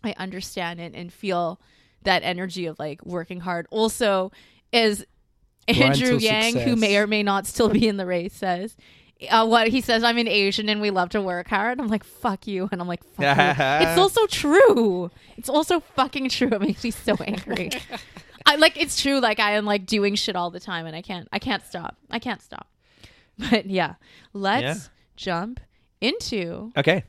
S2: I understand it and feel that energy of like working hard. Also, as
S1: Grind
S2: Andrew
S1: till
S2: Yang, who
S1: success.
S2: may or may not still be in the race, says, uh, what he says, I'm an Asian and we love to work hard. I'm like, fuck you. And I'm like, fuck you. It's also true. It's also fucking true. It makes me so angry. I like it's true. Like I am like doing shit all the time and I can't, I can't stop. I can't stop. But yeah, let's
S3: Yeah.
S2: jump into
S3: okay.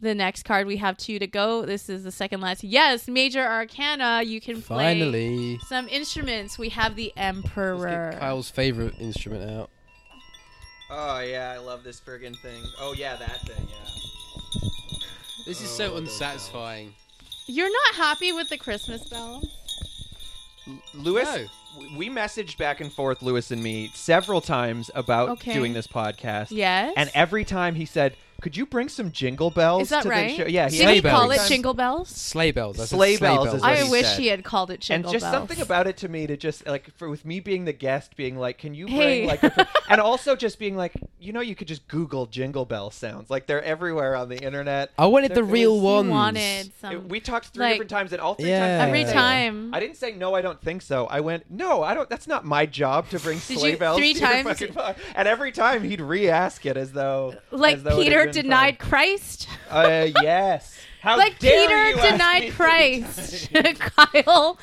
S2: the next card we have two to go. This is the second last. Yes, Major Arcana. You can play
S1: Finally,
S2: some instruments. We have the
S1: Let's
S2: Emperor.
S1: get Kyle's favorite instrument out.
S3: Oh yeah, I love this friggin' thing. Oh yeah, that thing. Yeah.
S1: This is so unsatisfying.
S2: You're not happy with the Christmas bell?
S3: Lewis,
S1: No.
S3: w- we messaged back and forth, Lewis and me, several times about
S2: Okay.
S3: doing this podcast.
S2: Yes.
S3: And every time he said, "Could you bring some jingle bells?"
S2: is that
S3: to
S2: right?
S3: The show? Yeah.
S2: Did he
S1: Sleigh
S2: call
S1: bells.
S2: it jingle bells?
S1: Sleigh bells. I said
S3: Sleigh bells is what
S2: I
S3: he
S2: wish
S3: said.
S2: he had called it
S3: and
S2: jingle
S3: just
S2: bells.
S3: something about it to me to just like for with me being the guest being like can you bring
S2: Hey.
S3: like a, and also just being like you know you could just google jingle bell sounds like they're everywhere on the internet
S1: I wanted the
S3: There
S1: real
S2: You
S1: ones.
S2: wanted some.
S3: It- we talked three
S2: like-
S3: different times and all three times
S1: Yeah.
S3: I
S2: every
S3: said,
S2: time.
S3: I didn't say no. I don't think so. I went no. I don't. That's not my job to bring
S2: Did
S3: sleigh
S2: you-
S3: bells.
S2: three
S3: to your
S2: times?
S3: fucking pod- and every time he'd re-ask it as though as
S2: like
S3: though it had
S2: Peter
S3: been
S2: denied Christ.
S3: fun. Uh, yes. How
S2: like
S3: dare
S2: Peter
S3: you ask me
S2: denied Christ.
S3: three
S2: Kyle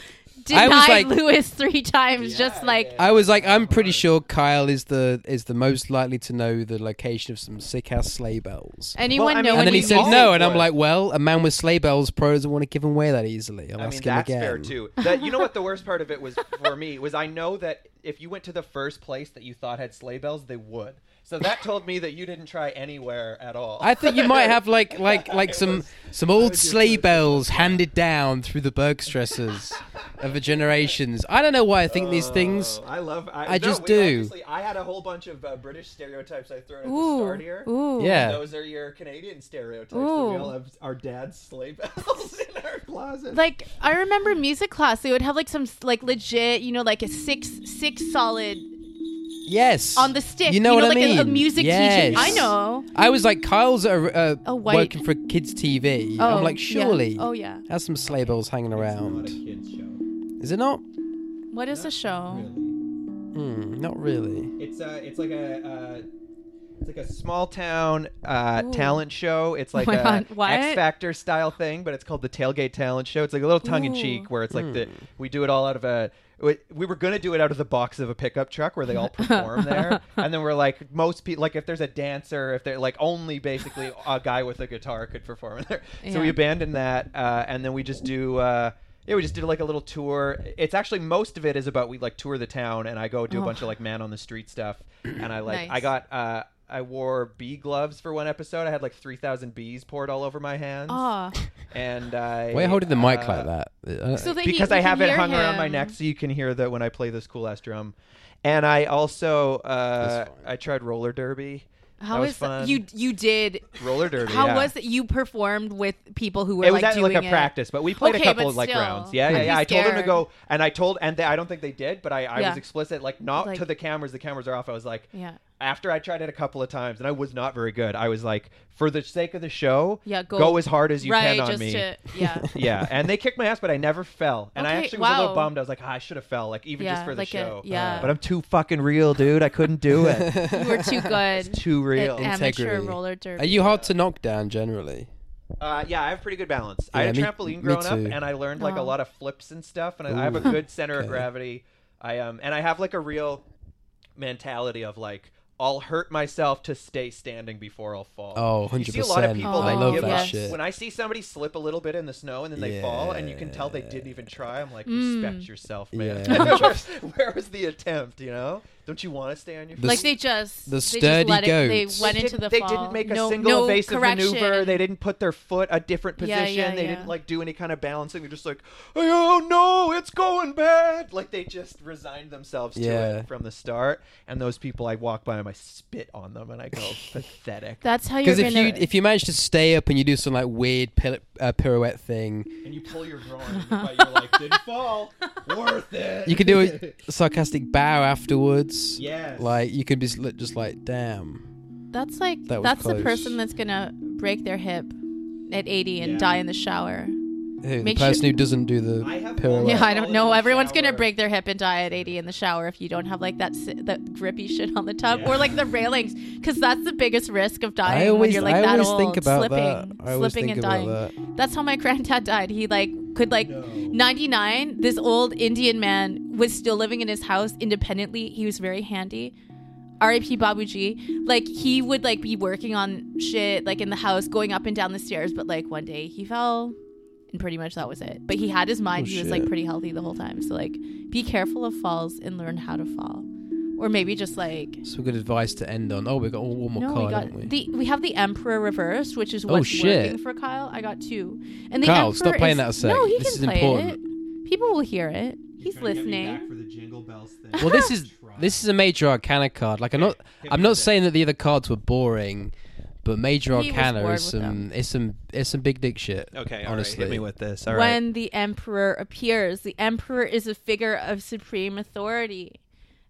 S2: denied
S1: like-
S2: Lewis three times. just
S3: Yeah,
S2: like
S1: I was like, I'm pretty sure Kyle is the is the most likely to know the location of some sick ass sleigh bells.
S2: anyone
S3: I
S2: know
S3: mean-
S2: what
S1: And then he
S2: he
S1: said
S3: all
S1: no, and I'm
S3: would.
S1: like, well, a man with sleigh bells probably doesn't want to give him away that easily. I'll
S3: I
S1: ask
S3: mean,
S1: him
S3: that's
S1: again.
S3: fair too. That you know what the worst part of it was for me was I know that if you went to the first place that you thought had sleigh bells, they would. So that told me that you didn't try anywhere at all.
S1: I think you might have like like like some some old
S3: just
S1: sleigh
S3: thought-
S1: bells handed down through the Bergstressers of the generations. I don't know why I think these things.
S3: Oh, I love. I,
S1: I
S3: no,
S1: just
S3: we
S1: do.
S3: obviously- I had a whole bunch of uh, British stereotypes I thrown at the
S2: Ooh,
S3: start here.
S2: ooh.
S1: Yeah,
S3: Those are your Canadian stereotypes. That
S2: Ooh.
S3: we all have our dad's sleigh bells in our closet.
S2: Like I remember music class, they would have like some like legit, you know, like a six six solid
S1: yes.
S2: on the stick.
S1: You know what I
S2: like a-
S1: mean?
S2: A, music
S1: Yes.
S2: teacher. I know.
S1: I was like, Kyle's a, a,
S2: A white-
S1: working for kids TV.
S2: Oh,
S1: I'm like,
S2: yeah.
S1: surely
S2: Oh yeah.
S1: has some sleigh bells hanging
S3: not a
S1: around.
S3: kids show.
S1: Is it not?
S2: What is the
S1: Oh.
S2: show?
S3: Really.
S1: Hmm, not really.
S3: It's uh, it's like a uh, it's like a small town uh,
S2: Ooh. Oh
S3: talent show. It's like
S2: my
S3: a
S2: God, what?
S3: X Factor style thing, but it's called the Tailgate Talent Show. It's like a little tongue in cheek where it's like the
S2: Hmm.
S3: we do it all out of a. We we were gonna do it out of the box of a pickup truck where they all perform there, and then we're like most people like if there's a dancer, if they're like only basically a guy with a guitar could perform in there. So we
S2: Yeah.
S3: abandoned that, uh, and then we just do. Uh, yeah, we just did like a little tour. It's actually most of it is about we like tour the town, and I go do a bunch of like man on the street stuff, and I like
S2: Oh. Nice.
S3: I got uh I wore bee gloves for one episode. I had like three thousand bees poured all over my hands,
S2: Ah.
S3: and I
S1: Why are you holding the mic
S3: uh,
S1: like that? I don't-
S2: So that he-
S3: because I
S2: you can
S3: have it
S2: hear
S3: hung around my
S2: him.
S3: neck, so you can hear that when I play this cool ass drum. And I also uh
S1: That's fine.
S3: I tried roller derby.
S2: How
S3: that was
S2: is that?
S3: fun.
S2: you you did
S3: roller derby?
S2: how
S3: yeah.
S2: was it you performed with people who were
S3: it was
S2: like
S3: at,
S2: doing
S3: like a
S2: it?
S3: practice, but we played
S2: Okay,
S3: a couple
S2: but
S3: of like
S2: still.
S3: rounds. Yeah,
S2: I'd
S3: yeah,
S2: be
S3: yeah. I told them to
S2: scared.
S3: go, and I told, and they, I don't think they did, but I, I
S2: Yeah.
S3: was explicit, like not
S2: Like-
S3: to the cameras. The cameras are off. I was like,
S2: Yeah.
S3: after I tried it a couple of times and I was not very good, I was like, for the sake of the show,
S2: Yeah, go-
S3: as hard as you
S5: right,
S3: can on
S5: just
S3: me.
S5: to yeah.
S3: yeah, and they kicked my ass, but I never fell. And I
S2: Okay,
S3: actually was a little
S2: wow.
S3: bummed. I was like, ah, I should have fell, like even just
S2: Yeah,
S3: for the
S2: like a-
S3: show.
S2: yeah.
S3: But I'm too fucking real, dude. I couldn't do it.
S2: You were too good.
S3: too real.
S2: at amateur
S1: Integrity.
S2: roller derby.
S1: Are you hard to knock down generally?
S3: Uh, yeah, I have pretty good balance. I
S1: Yeah,
S3: had a
S1: me-
S3: trampoline
S1: me
S3: growing up,
S1: too.
S3: and I learned like a
S2: Oh.
S3: lot of flips and stuff, and I, I have a good center of gravity. I um, and I have like a real mentality of like I'll hurt myself to stay standing before I'll fall.
S1: Oh,
S3: You
S1: 100%.
S3: see a lot of people
S2: Oh,
S1: I
S3: that
S1: love
S3: give
S1: that
S3: up.
S2: yes.
S1: shit.
S3: When I see somebody slip a little bit in the snow and then they fall, and you can tell they didn't even try, I'm like, respect yourself, man.
S1: Yeah.
S3: where, where was the attempt? You know, don't you want to stay on your feet?
S1: The
S2: like they just
S1: the
S2: they
S1: sturdy
S2: just let it, they
S1: goats.
S2: went
S3: They
S2: into
S3: didn't-
S2: the
S3: they
S2: fall.
S3: didn't make a
S2: no,
S3: single
S2: no
S3: evasive
S2: correction.
S3: maneuver. They didn't put their foot a different
S2: Yeah, yeah,
S3: position. they
S2: yeah.
S3: didn't like do any kind of balancing. They're just like, oh no, it's going bad. Like they just resigned themselves to
S1: Yeah.
S3: it from the start. And those people, I walk by and I spit on them and I go pathetic.
S2: That's how you're
S1: Because if
S2: gonna.
S1: you if you manage to stay up and you do some like weird pil- uh, pirouette thing,
S3: And you pull your groin, but you're like, didn't fall, worth it.
S1: you can do a sarcastic bow afterwards.
S3: Yes.
S1: Like you could be s- just like, damn.
S2: that's like
S1: That was
S2: that's the
S1: close.
S2: person that's gonna break their hip at 80 and
S3: Yeah.
S2: die in the shower.
S1: Who, the
S2: Make
S1: person
S2: sure-
S1: who doesn't do
S3: I
S1: the
S3: have
S1: pirouette.
S3: Well,
S2: yeah, I
S3: all
S2: don't
S3: in
S2: know.
S3: the
S2: Everyone's gonna
S3: shower.
S2: break their hip and die at 80 in the shower if you don't have like that si- that grippy shit on the tub or
S3: Yeah.
S2: like the railings, because that's the biggest risk of dying
S1: I always
S2: when you're like
S1: I
S2: that
S1: always
S2: old,
S1: think about
S2: slipping,
S1: that. I always
S2: slipping
S1: think
S2: and
S1: about
S2: dying.
S1: that.
S2: That's how my granddad died. He like could like 99. This old Indian man was still living in his house independently. He was very handy. R.I.P. Babuji. Like he would like be working on shit like in the house, going up and down the stairs. But like one day he fell, and pretty much that was it. But he had his mind.
S1: Oh,
S2: he was like
S1: shit.
S2: pretty healthy the whole time. So like be careful of falls and learn how to fall, or maybe just like.
S1: Some good advice to end on. Oh, we got one more
S2: No,
S1: card,
S2: we got
S1: haven't we?
S2: the we have the emperor reversed, which is
S1: Oh,
S2: what's
S1: shit.
S2: working for Kyle. I got two, and the
S1: Kyle,
S2: emperor
S1: stop playing
S2: is-
S1: that a sec.
S2: No, he
S1: This
S2: can
S1: is
S2: play
S1: important.
S2: it. People will hear it. He's listening.
S6: for the jingle bells thing.
S1: well, this is this is a major arcana card. Like I'm not I'm not saying that the other cards were boring, but major
S2: He was
S1: arcana
S2: bored
S1: is
S2: with
S1: some
S2: them.
S1: it's some it's some big dick shit.
S3: Okay, all right,
S1: honestly.
S3: hit me with this. All right.
S2: when the emperor appears, the emperor is a figure of supreme authority,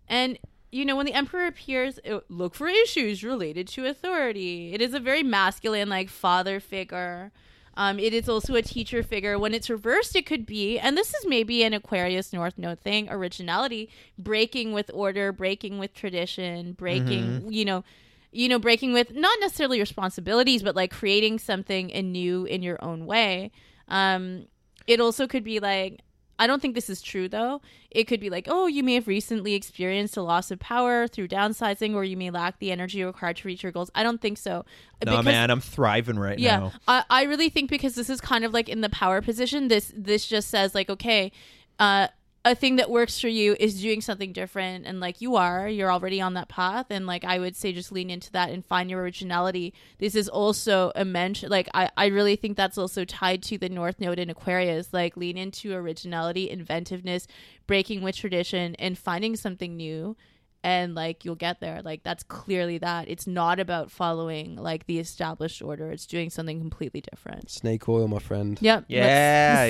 S2: and you know when the emperor appears, it, look for issues related to authority. It is a very masculine, like father figure. Um, it is also a teacher figure. When it's reversed, it could be, and this is maybe an Aquarius North Node thing, originality, breaking with order, breaking with tradition, breaking,
S3: Mm-hmm.
S2: you know, you know, breaking with not necessarily responsibilities, but like creating something anew in your own way. Um, it also could be like, I don't think this is true though. It could be like, oh, you may have recently experienced a loss of power through downsizing, or you may lack the energy required to reach your goals. I don't think so.
S3: Nah,
S2: Because-
S3: man, I'm thriving right
S2: yeah,
S3: now.
S2: I, I really think because this is kind of like in the power position, this this just says like, okay, uh, a thing that works for you is doing something different, and like you are, you're already on that path, and like I would say, just lean into that and find your originality. This is also a mention, like I I really think that's also tied to the North Node in Aquarius, like lean into originality, inventiveness, breaking with tradition, and finding something new and like you'll get there like that's clearly that it's not about following like the established order it's doing something completely different
S1: Snake oil, my friend.
S2: yep let's
S3: Yeah,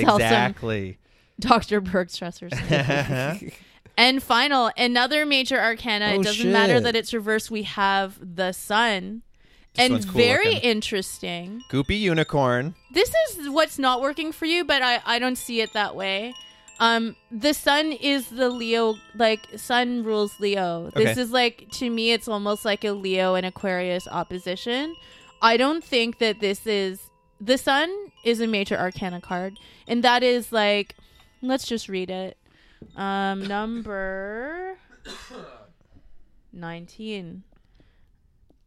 S2: sell some
S3: exactly.
S2: dr bergstresser and final another major arcana
S1: Oh,
S2: it doesn't matter
S1: shit.
S2: that it's reversed we have the sun and
S3: one's cool
S2: very
S3: looking.
S2: interesting
S3: Goopy unicorn.
S2: this is what's not working for you, but I, I don't see it that way. Um, the sun is the Leo, like sun rules Leo. This
S3: Okay.
S2: is like to me, it's almost like a Leo and Aquarius opposition. I don't think that this is the sun is a major arcana card, and that is like, let's just read it. Um, number nineteen.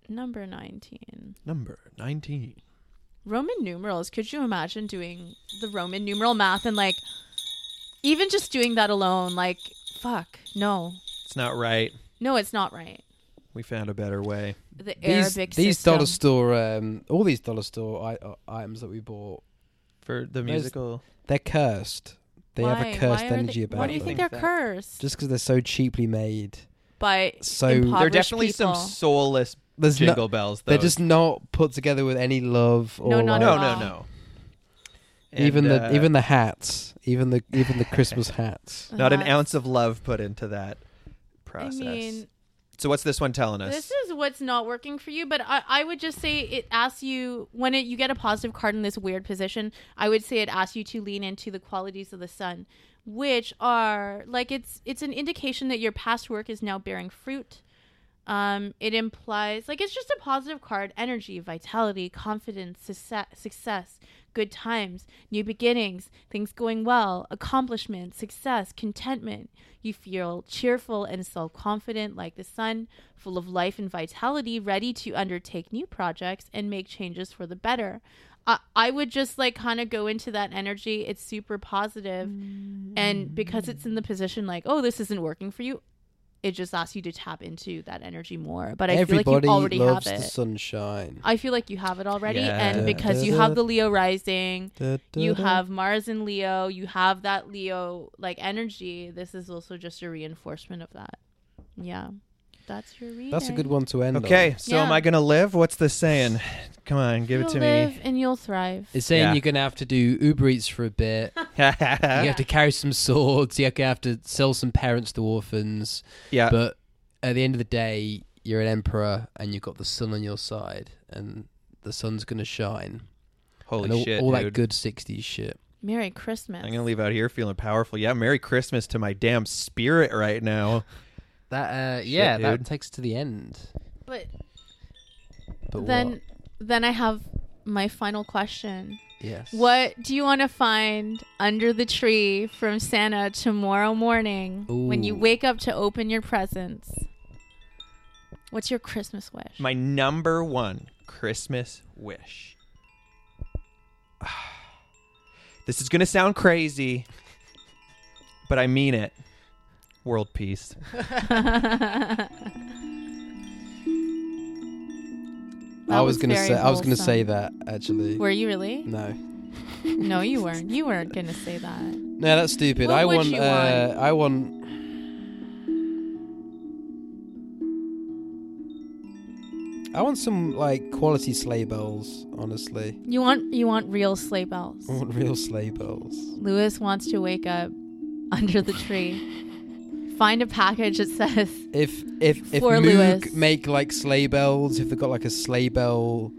S2: Number nineteen.
S3: Number 19.
S2: Roman numerals. Could you imagine doing the Roman numeral math and like even just doing that alone? Like, fuck, no,
S3: It's not right.
S2: no, it's not right.
S3: We found a better way.
S2: The
S1: These,
S2: Arabic
S1: these
S2: system.
S1: dollar store, um, all these dollar store I- uh, items that we bought,
S3: For the
S1: There's-
S3: musical.
S1: they're cursed. They have
S2: Why-
S1: a cursed
S2: why are they-
S1: energy
S2: Why
S1: about
S2: do you
S1: them.
S2: think
S3: them.
S2: they're cursed?
S1: Just because they're so cheaply made,
S2: by
S1: so
S3: There are
S2: Impoverished
S3: definitely some
S2: people.
S3: soulless
S1: there's no,
S3: jingle bells, though.
S1: they're just not put together with any love or
S2: No, not
S1: like,
S3: No,
S2: Wow.
S3: no, no.
S1: even
S3: And,
S1: the
S3: uh,
S1: even the hats, even the even the Christmas hats.
S3: Not an
S2: Uh,
S3: ounce of love put into that
S2: I
S3: process.
S2: mean,
S3: So what's this one telling us?
S2: This is what's not working for you, but I, I would just say it asks you when it, you get a positive card in this weird position. I would say it asks you to lean into the qualities of the sun, which are like it's it's an indication that your past work is now bearing fruit. Um, it implies like it's just a positive card: energy, vitality, confidence, success, success, good times, new beginnings, things going well, accomplishment, success, contentment. You feel cheerful and self-confident, like the sun, full of life and vitality, ready to undertake new projects and make changes for the better. I, I would just like kind of go into that energy. It's super positive, and because it's in the position like, oh, this isn't working for you, it just asks you to tap into that energy more. But I feel like
S1: Everybody
S2: you already have
S1: loves
S2: it.
S1: the sunshine.
S2: I feel like you have it already,
S3: Yeah.
S2: and because you
S1: Da-da-da.
S2: have the Leo rising,
S1: Da, da,
S2: you
S1: da.
S2: have Mars in Leo, you have that Leo like energy. This is also just a reinforcement of that. Yeah, that's your reading.
S1: That's a good one to end. on.
S3: okay, so am
S2: Yeah.
S3: I gonna live? What's this saying? Come on, give
S2: You'll
S3: it to
S2: live and you'll thrive.
S1: It's saying
S3: Yeah.
S1: you're gonna have to do Uber Eats for a bit. You
S3: me.
S1: have to carry some swords. You're gonna have to sell some parents to orphans.
S3: yeah,
S1: but at the end of the day, you're an emperor, and you've got the sun on your side, and the sun's gonna shine.
S3: holy
S1: and all,
S3: shit,
S1: all that
S3: dude.
S1: good '60s shit.
S2: Merry Christmas.
S3: I'm gonna leave out here feeling powerful. Yeah, Merry Christmas to my damn spirit right now.
S1: That uh, yeah,
S3: dude.
S1: that takes to the end.
S2: But
S1: But
S2: then,
S1: what?
S2: then I have my final question.
S1: yes,
S2: What do you want to find under the tree from Santa tomorrow morning when you
S1: Ooh.
S2: wake up to open your presents? What's your Christmas wish?
S3: My number one Christmas wish. This is gonna sound crazy, but I mean it. World peace.
S2: That
S1: I was, gonna
S2: very
S1: say I was gonna
S2: wholesome.
S1: say that actually.
S2: Were you really?
S1: no,
S2: No, you weren't. You weren't gonna say that.
S1: no, that's stupid.
S2: What
S1: I
S2: would
S1: want,
S2: you
S1: uh,
S2: want?
S1: I want. I want some like quality sleigh bells. Honestly,
S2: You want you want real sleigh bells.
S1: I want real sleigh bells.
S2: Lewis wants to wake up under the tree, find a package that says
S1: If if if
S2: For
S1: Moog
S2: Lewis.
S1: make like sleigh bells, if they've got like a sleigh bell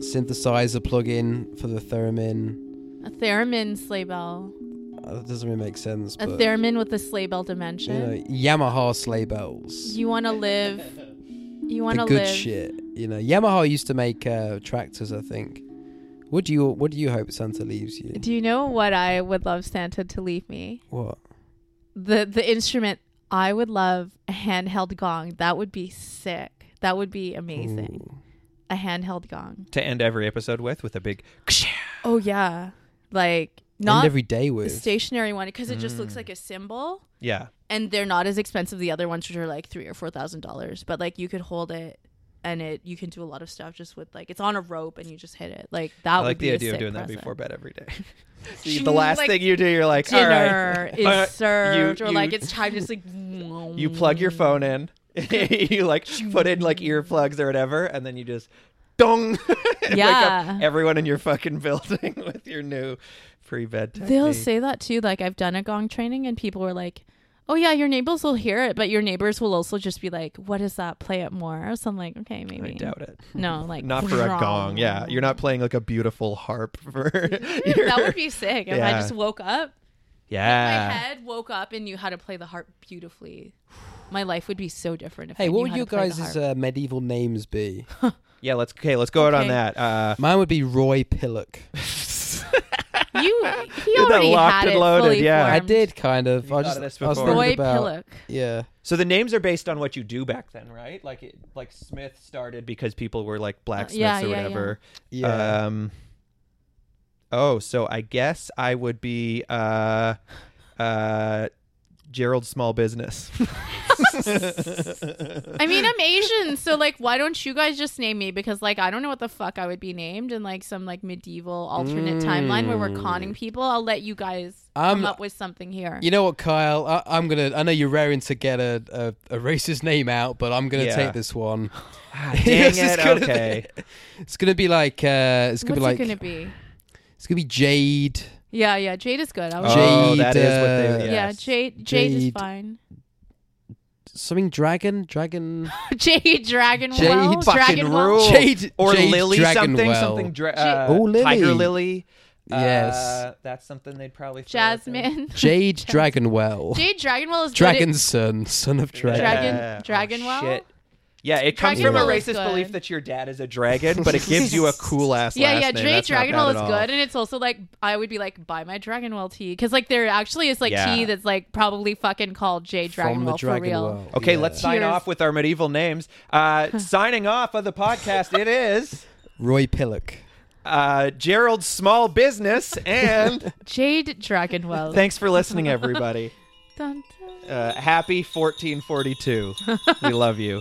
S1: synthesizer plug-in for the theremin,
S2: a theremin sleigh bell,
S1: uh, that doesn't really make sense.
S2: a
S1: but,
S2: theremin with a sleigh bell
S1: you
S2: dimension.
S1: know, Yamaha sleigh bells,
S2: You want to live. You want
S1: the
S2: to
S1: good
S2: live.
S1: shit. You know, Yamaha used to make uh, tractors. I think. What do you What do you hope Santa leaves you?
S2: Do you know what I would love Santa to leave me?
S1: What?
S2: The the instrument I would love a handheld gong. That would be sick. That would be amazing.
S1: Ooh.
S2: A handheld gong.
S3: To end every episode with, with a big.
S2: Oh yeah. Like
S1: End
S2: not
S1: every day
S2: the
S1: with.
S2: stationary one because it just
S1: Mm.
S2: looks like a symbol
S3: Yeah.
S2: and they're not as expensive the other ones which are like 3 or 4000 dollars but like you could hold it and it you can do a lot of stuff just with like it's on a rope and you just hit it like that
S3: I
S2: would
S3: like
S2: be
S3: the
S2: a
S3: idea of
S2: sick
S3: doing that
S2: present.
S3: before bed every day. the last
S2: Like
S3: thing you do, you're like, all
S2: dinner
S3: right.
S2: is
S3: Uh,
S2: served,
S3: you-
S2: or
S3: you-
S2: like it's time to just like
S3: You plug your phone in, you like put in like earplugs or whatever, and then you just dong. and wake up
S2: Yeah.
S3: everyone in your fucking building with your new pre bed technique.
S2: They'll say that too. Like I've done a gong training, and people were like, "Oh yeah, your neighbors will hear it, but your neighbors will also just be like, what is that? Play it more.'" So I'm like, "Okay,
S3: I
S2: maybe."
S3: doubt it.
S2: No, like
S3: Not for a gong. Yeah. You're not playing like a beautiful harp for. your-
S2: that would be sick if I
S3: Yeah.
S2: just woke up, my
S3: Yeah.
S2: head woke up, and knew how to play the harp beautifully. My life would be so different if I
S1: Hey,
S2: knew
S1: what would
S2: how
S1: you
S2: to play the
S1: guys'
S2: harp.
S1: uh, medieval names be?
S3: Yeah. Let's okay. Let's go out on
S2: Okay.
S3: that. Uh,
S1: Mine would be Roy Pillock.
S2: you he
S3: You're that
S2: already
S3: locked
S2: had
S3: and
S2: it
S3: loaded,
S2: fully
S3: yeah.
S1: uh, I
S2: formed.
S1: did kind of.
S3: You
S1: I
S3: thought
S1: just
S3: of this
S1: I was
S3: before.
S1: thinking
S2: Roy
S1: about
S2: Pillock.
S1: yeah.
S3: so the names are based on what you do back then, right? Like it, like Smith started because people were like blacksmiths
S2: Uh, yeah,
S3: or
S2: yeah, yeah.
S3: whatever.
S1: Yeah.
S3: Um, oh, so I guess I would be uh, uh, Gerald Small Business.
S2: I mean, I'm Asian, so like, why don't you guys just name me? Because like, I don't know what the fuck I would be named in like some like medieval alternate timeline where
S3: Mm.
S2: we're conning people. I'll let you guys
S1: I'm-
S2: come up with something here.
S1: you know what, Kyle? I, I'm gonna. I know you're raring to get a, a, a racist name out, but I'm gonna
S3: Yeah.
S1: take this one.
S3: Ah, Dang
S1: This is
S3: it!
S1: gonna be-
S3: Okay.
S1: It's gonna be like. Uh, it's gonna
S2: What's
S1: be like.
S2: it gonna be?
S1: It's gonna be Jade.
S2: Yeah, yeah. Jade is good. I was
S1: Jade,
S3: oh, that is what they.
S1: uh,
S2: yeah,
S3: yes.
S2: Jade, Jade. is
S1: Jade.
S2: fine.
S1: something dragon dragon
S2: Jade Dragonwell.
S1: Jade
S3: fucking
S2: Dragonwell.
S3: rule.
S1: Jade-
S3: or
S1: Jade
S3: Lily something
S1: Dragonwell.
S3: something dra-
S2: Ja-
S3: uh,
S1: Oh, Lily.
S3: Tiger Lily. Uh,
S1: Yes.
S3: that's something they'd probably throw at them.
S2: Jasmine.
S1: Jade Dragonwell
S2: Jade Dragonwell is
S1: Dragon's son son of dragon.
S2: Dragon-
S3: Yeah. Oh,
S2: Dragonwell?
S3: shit. Yeah, it comes from a
S2: Dragonwell is
S3: racist
S2: good.
S3: belief that your dad is a dragon, but it gives you a cool ass.
S2: Yeah,
S3: last
S2: yeah,
S3: name.
S2: Jade
S3: That's not
S2: Dragonwell
S3: bad
S2: is
S3: at all.
S2: good, and it's also like I would be like buy my Dragonwell tea because like there actually is like
S3: Yeah.
S2: tea that's like probably fucking called Jade
S1: from the
S2: Dragonwell for
S1: dragon
S2: real.
S1: world
S3: Okay,
S1: yeah.
S3: let's sign
S2: Cheers.
S3: off with our medieval names. Uh, signing off of the podcast, it is
S1: Roy Pillock
S3: uh, Gerald Small Business, and
S2: Jade Dragonwell.
S3: thanks for listening, everybody.
S2: Dun, dun.
S3: Uh, happy 1442. We love you.